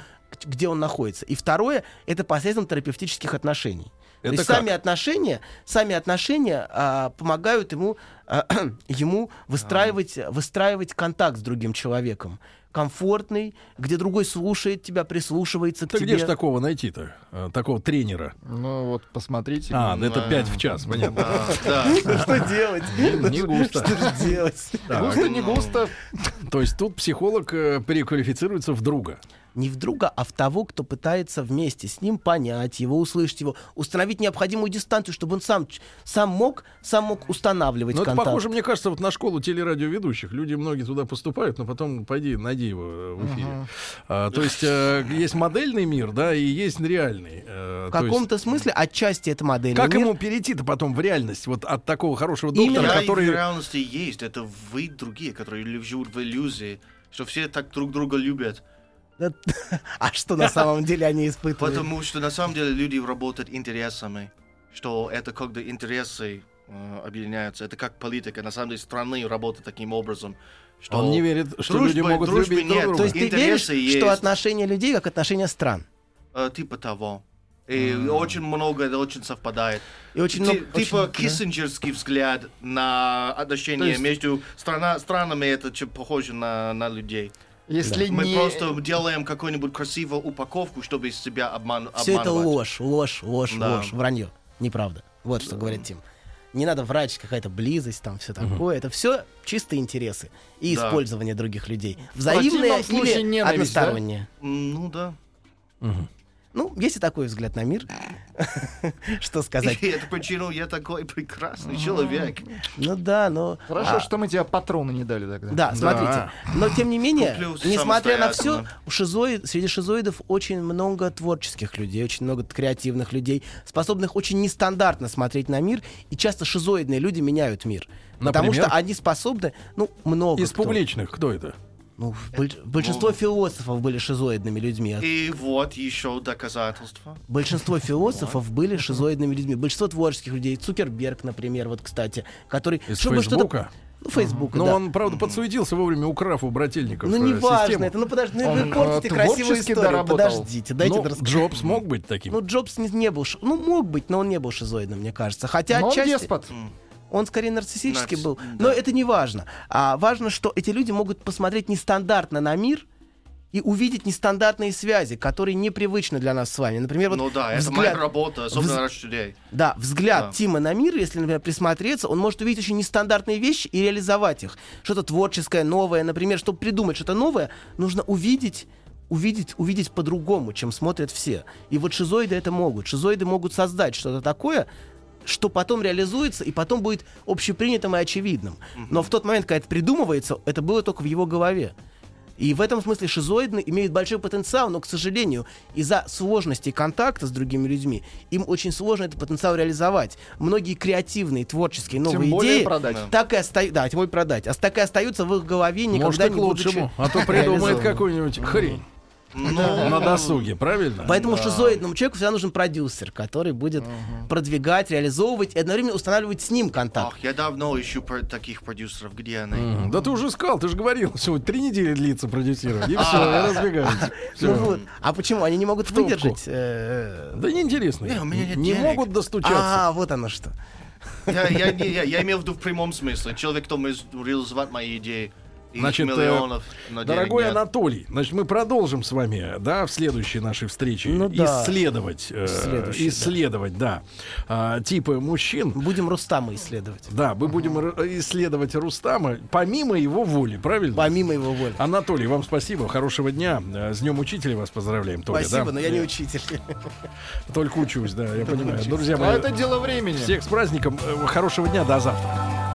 Speaker 5: где он находится. И второе это посредством терапевтических отношений. То есть
Speaker 3: Это
Speaker 5: сами отношения, сами отношения а, помогают ему, а, *clears throat* ему выстраивать, выстраивать контакт с другим человеком. Комфортный, где другой слушает тебя, прислушивается к
Speaker 3: Так
Speaker 5: тебе.
Speaker 3: где же такого найти-то? Э, Такого тренера?
Speaker 4: Ну вот, посмотрите.
Speaker 3: А, ну это 5 в час, понятно.
Speaker 7: Да, да.
Speaker 5: Что делать? *laughs*
Speaker 3: Не густо.
Speaker 5: э, Что же делать?
Speaker 4: Густо, не густо.
Speaker 3: То есть тут психолог э, переквалифицируется в друга.
Speaker 5: не в друга, а в того, кто пытается вместе с ним понять его, услышать его, установить необходимую дистанцию, чтобы он сам, ч- сам мог, сам мог устанавливать
Speaker 3: Ну, это
Speaker 5: контакт.
Speaker 3: похоже, мне кажется, вот на школу телерадиоведущих. Люди многие туда поступают, но потом пойди, найди его э, в эфире. А, то есть э, есть модельный мир, да, и есть реальный. э,
Speaker 5: в
Speaker 3: то есть
Speaker 5: каком-то смысле отчасти это модель.
Speaker 3: Как ему перейти-то потом в реальность вот от такого хорошего
Speaker 5: Именно.
Speaker 3: доктора,
Speaker 7: Да, и в
Speaker 3: который...
Speaker 7: реальности есть. Это вы другие, которые лю- живут в иллюзии, что все так друг друга любят.
Speaker 5: *laughs* А что на самом деле они испытывают?
Speaker 7: Потому что на самом деле люди работают интересами, что это когда интересы э, объединяются. Это как политика. На самом деле страны работают таким образом, что
Speaker 3: Он не верит, что
Speaker 7: дружбы-
Speaker 3: люди могут
Speaker 7: дружбы
Speaker 3: любить друг
Speaker 7: нет.
Speaker 3: друга.
Speaker 5: То есть ты веришь,
Speaker 7: Интересы есть.
Speaker 5: что отношения людей как отношения стран.
Speaker 7: э, типа того. И очень много это очень совпадает.
Speaker 5: А. И очень
Speaker 7: Ти-
Speaker 5: много-
Speaker 7: типа
Speaker 5: очень- да.
Speaker 7: киссинджерский взгляд на отношения между страна, странами, это чем похоже на, на людей.
Speaker 4: Если
Speaker 7: Мы
Speaker 4: не...
Speaker 7: просто делаем какую-нибудь красивую упаковку, чтобы себя обман- обманывать.
Speaker 5: Все это ложь, ложь, ложь,
Speaker 7: Да.
Speaker 5: ложь, вранье, неправда. Вот что говорит Тим. Не надо врать, какая-то близость, там все такое. Это все чистые интересы и
Speaker 7: Да.
Speaker 5: использование других людей.
Speaker 4: противном
Speaker 5: Взаимное
Speaker 4: случае
Speaker 5: или
Speaker 4: ненависть,
Speaker 5: одностороннее.
Speaker 7: М, Ну да.
Speaker 5: Ну, есть и такой взгляд на мир. *laughs*
Speaker 4: *laughs*
Speaker 5: Что сказать?
Speaker 7: *laughs* И это почему я такой прекрасный
Speaker 5: А.
Speaker 7: человек.
Speaker 5: Ну да, но...
Speaker 4: Хорошо,
Speaker 5: а,
Speaker 4: что мы тебе патроны не дали тогда.
Speaker 5: Да, смотрите. Но тем не менее,
Speaker 7: Куплю
Speaker 5: несмотря на все,
Speaker 7: самостоятельно.
Speaker 5: среди шизоидов очень много творческих людей, очень много креативных людей, способных очень нестандартно смотреть на мир, и часто шизоидные люди меняют мир. Потому
Speaker 3: Например?
Speaker 5: что они способны, ну, много.
Speaker 3: Из
Speaker 5: кто.
Speaker 3: публичных, кто это?
Speaker 5: Ну, боль- большинство философов были шизоидными людьми. а
Speaker 7: И вот еще доказательство.
Speaker 5: Большинство философов были шизоидными людьми. Большинство творческих людей. Цукерберг, например, вот, кстати, который...
Speaker 3: Из
Speaker 5: чтобы что-то-
Speaker 3: Фейсбука?
Speaker 5: Ну, Фейсбука,
Speaker 3: Но
Speaker 5: да.
Speaker 3: он, правда, подсуетился вовремя, украв у брательников
Speaker 5: Ну,
Speaker 3: э,
Speaker 5: не важно
Speaker 3: систему.
Speaker 5: это. Ну, подожди, ну,
Speaker 4: Он,
Speaker 5: вы
Speaker 4: э,
Speaker 5: портите красивую
Speaker 4: творчески
Speaker 5: историю.
Speaker 4: доработал.
Speaker 5: Подождите, дайте
Speaker 3: Ну,
Speaker 5: дорас-
Speaker 3: Джобс мог быть таким?
Speaker 5: Ну, Джобс не, не был... ш- Ну, мог быть, но он не был шизоидным, мне кажется. Хотя
Speaker 4: Но он
Speaker 5: отчасти...
Speaker 4: деспот.
Speaker 5: Он скорее нарциссический
Speaker 7: Нарцисс-
Speaker 5: был.
Speaker 7: да.
Speaker 5: Но это не важно. А важно, что эти люди могут посмотреть нестандартно на мир и увидеть нестандартные связи, которые непривычны для нас с вами. Например, вот
Speaker 7: ну да, это
Speaker 5: взгляд-
Speaker 7: моя работа, особенно
Speaker 5: вз-
Speaker 7: раньше людей.
Speaker 5: да, взгляд
Speaker 7: Да.
Speaker 5: Тима на мир, если, например, присмотреться, он может увидеть очень нестандартные вещи и реализовать их. Что-то творческое, новое, например, чтобы придумать что-то новое, нужно увидеть увидеть, увидеть по-другому, чем смотрят все. И вот шизоиды это могут. Шизоиды могут создать что-то такое, что потом реализуется и потом будет общепринятым и очевидным. Но в тот момент, когда это придумывается, это было только в его голове. И в этом смысле шизоидны имеют большой потенциал, но, к сожалению, из-за сложности контакта с другими людьми, им очень сложно этот потенциал реализовать. Многие креативные, творческие, новые
Speaker 4: более
Speaker 5: идеи
Speaker 4: продать.
Speaker 5: так и остаются, да, тем более продать, а так и остаются в их голове
Speaker 3: Может,
Speaker 5: никогда
Speaker 3: и к
Speaker 5: не будучи
Speaker 3: лучшему. А
Speaker 5: *laughs*
Speaker 3: то придумает
Speaker 5: реализованы.
Speaker 3: какую-нибудь хрень
Speaker 5: Ну
Speaker 7: Ну
Speaker 3: на досуге, правильно?
Speaker 5: Поэтому шизоидному человеку всегда нужен продюсер, который будет продвигать, реализовывать и одновременно устанавливать с ним контакт.
Speaker 7: Ах, я давно ищу про- таких продюсеров, где они.
Speaker 3: Мгм. Да ты уже сказал, ты же говорил, все, три недели длится продюсировать, и все, разбегаются.
Speaker 5: А.
Speaker 3: Всё.
Speaker 5: Ну вот. А почему? Они не могут
Speaker 3: топку.
Speaker 5: выдержать. э,
Speaker 3: Да неинтересно.
Speaker 7: Не, у меня нет
Speaker 3: Не
Speaker 7: денег.
Speaker 3: могут достучаться.
Speaker 5: А, вот оно что.
Speaker 7: Я, я не- я- я имел в виду в прямом смысле. Человек, кто может реализовать мои идеи. И
Speaker 3: Значит, э,
Speaker 7: миллионов, но денег
Speaker 3: Дорогой
Speaker 7: нет.
Speaker 3: Анатолий, значит, мы продолжим с вами, да, в следующей нашей встрече
Speaker 5: Ну да.
Speaker 3: исследовать, э,
Speaker 5: В следующей, да.
Speaker 3: исследовать, да, а, типы мужчин.
Speaker 5: Будем Рустама исследовать.
Speaker 3: Да, мы будем р- исследовать Рустама помимо его воли, правильно?
Speaker 5: Помимо его воли.
Speaker 3: Анатолий, вам спасибо, хорошего дня. Э, С Днем Учителя вас поздравляем, Толя,
Speaker 5: Спасибо,
Speaker 3: да?
Speaker 5: но я не учитель.
Speaker 3: Только учусь, да, я понимаю. Друзья
Speaker 4: А
Speaker 3: мои,
Speaker 4: это дело времени.
Speaker 3: всех с праздником, э, хорошего дня, до завтра.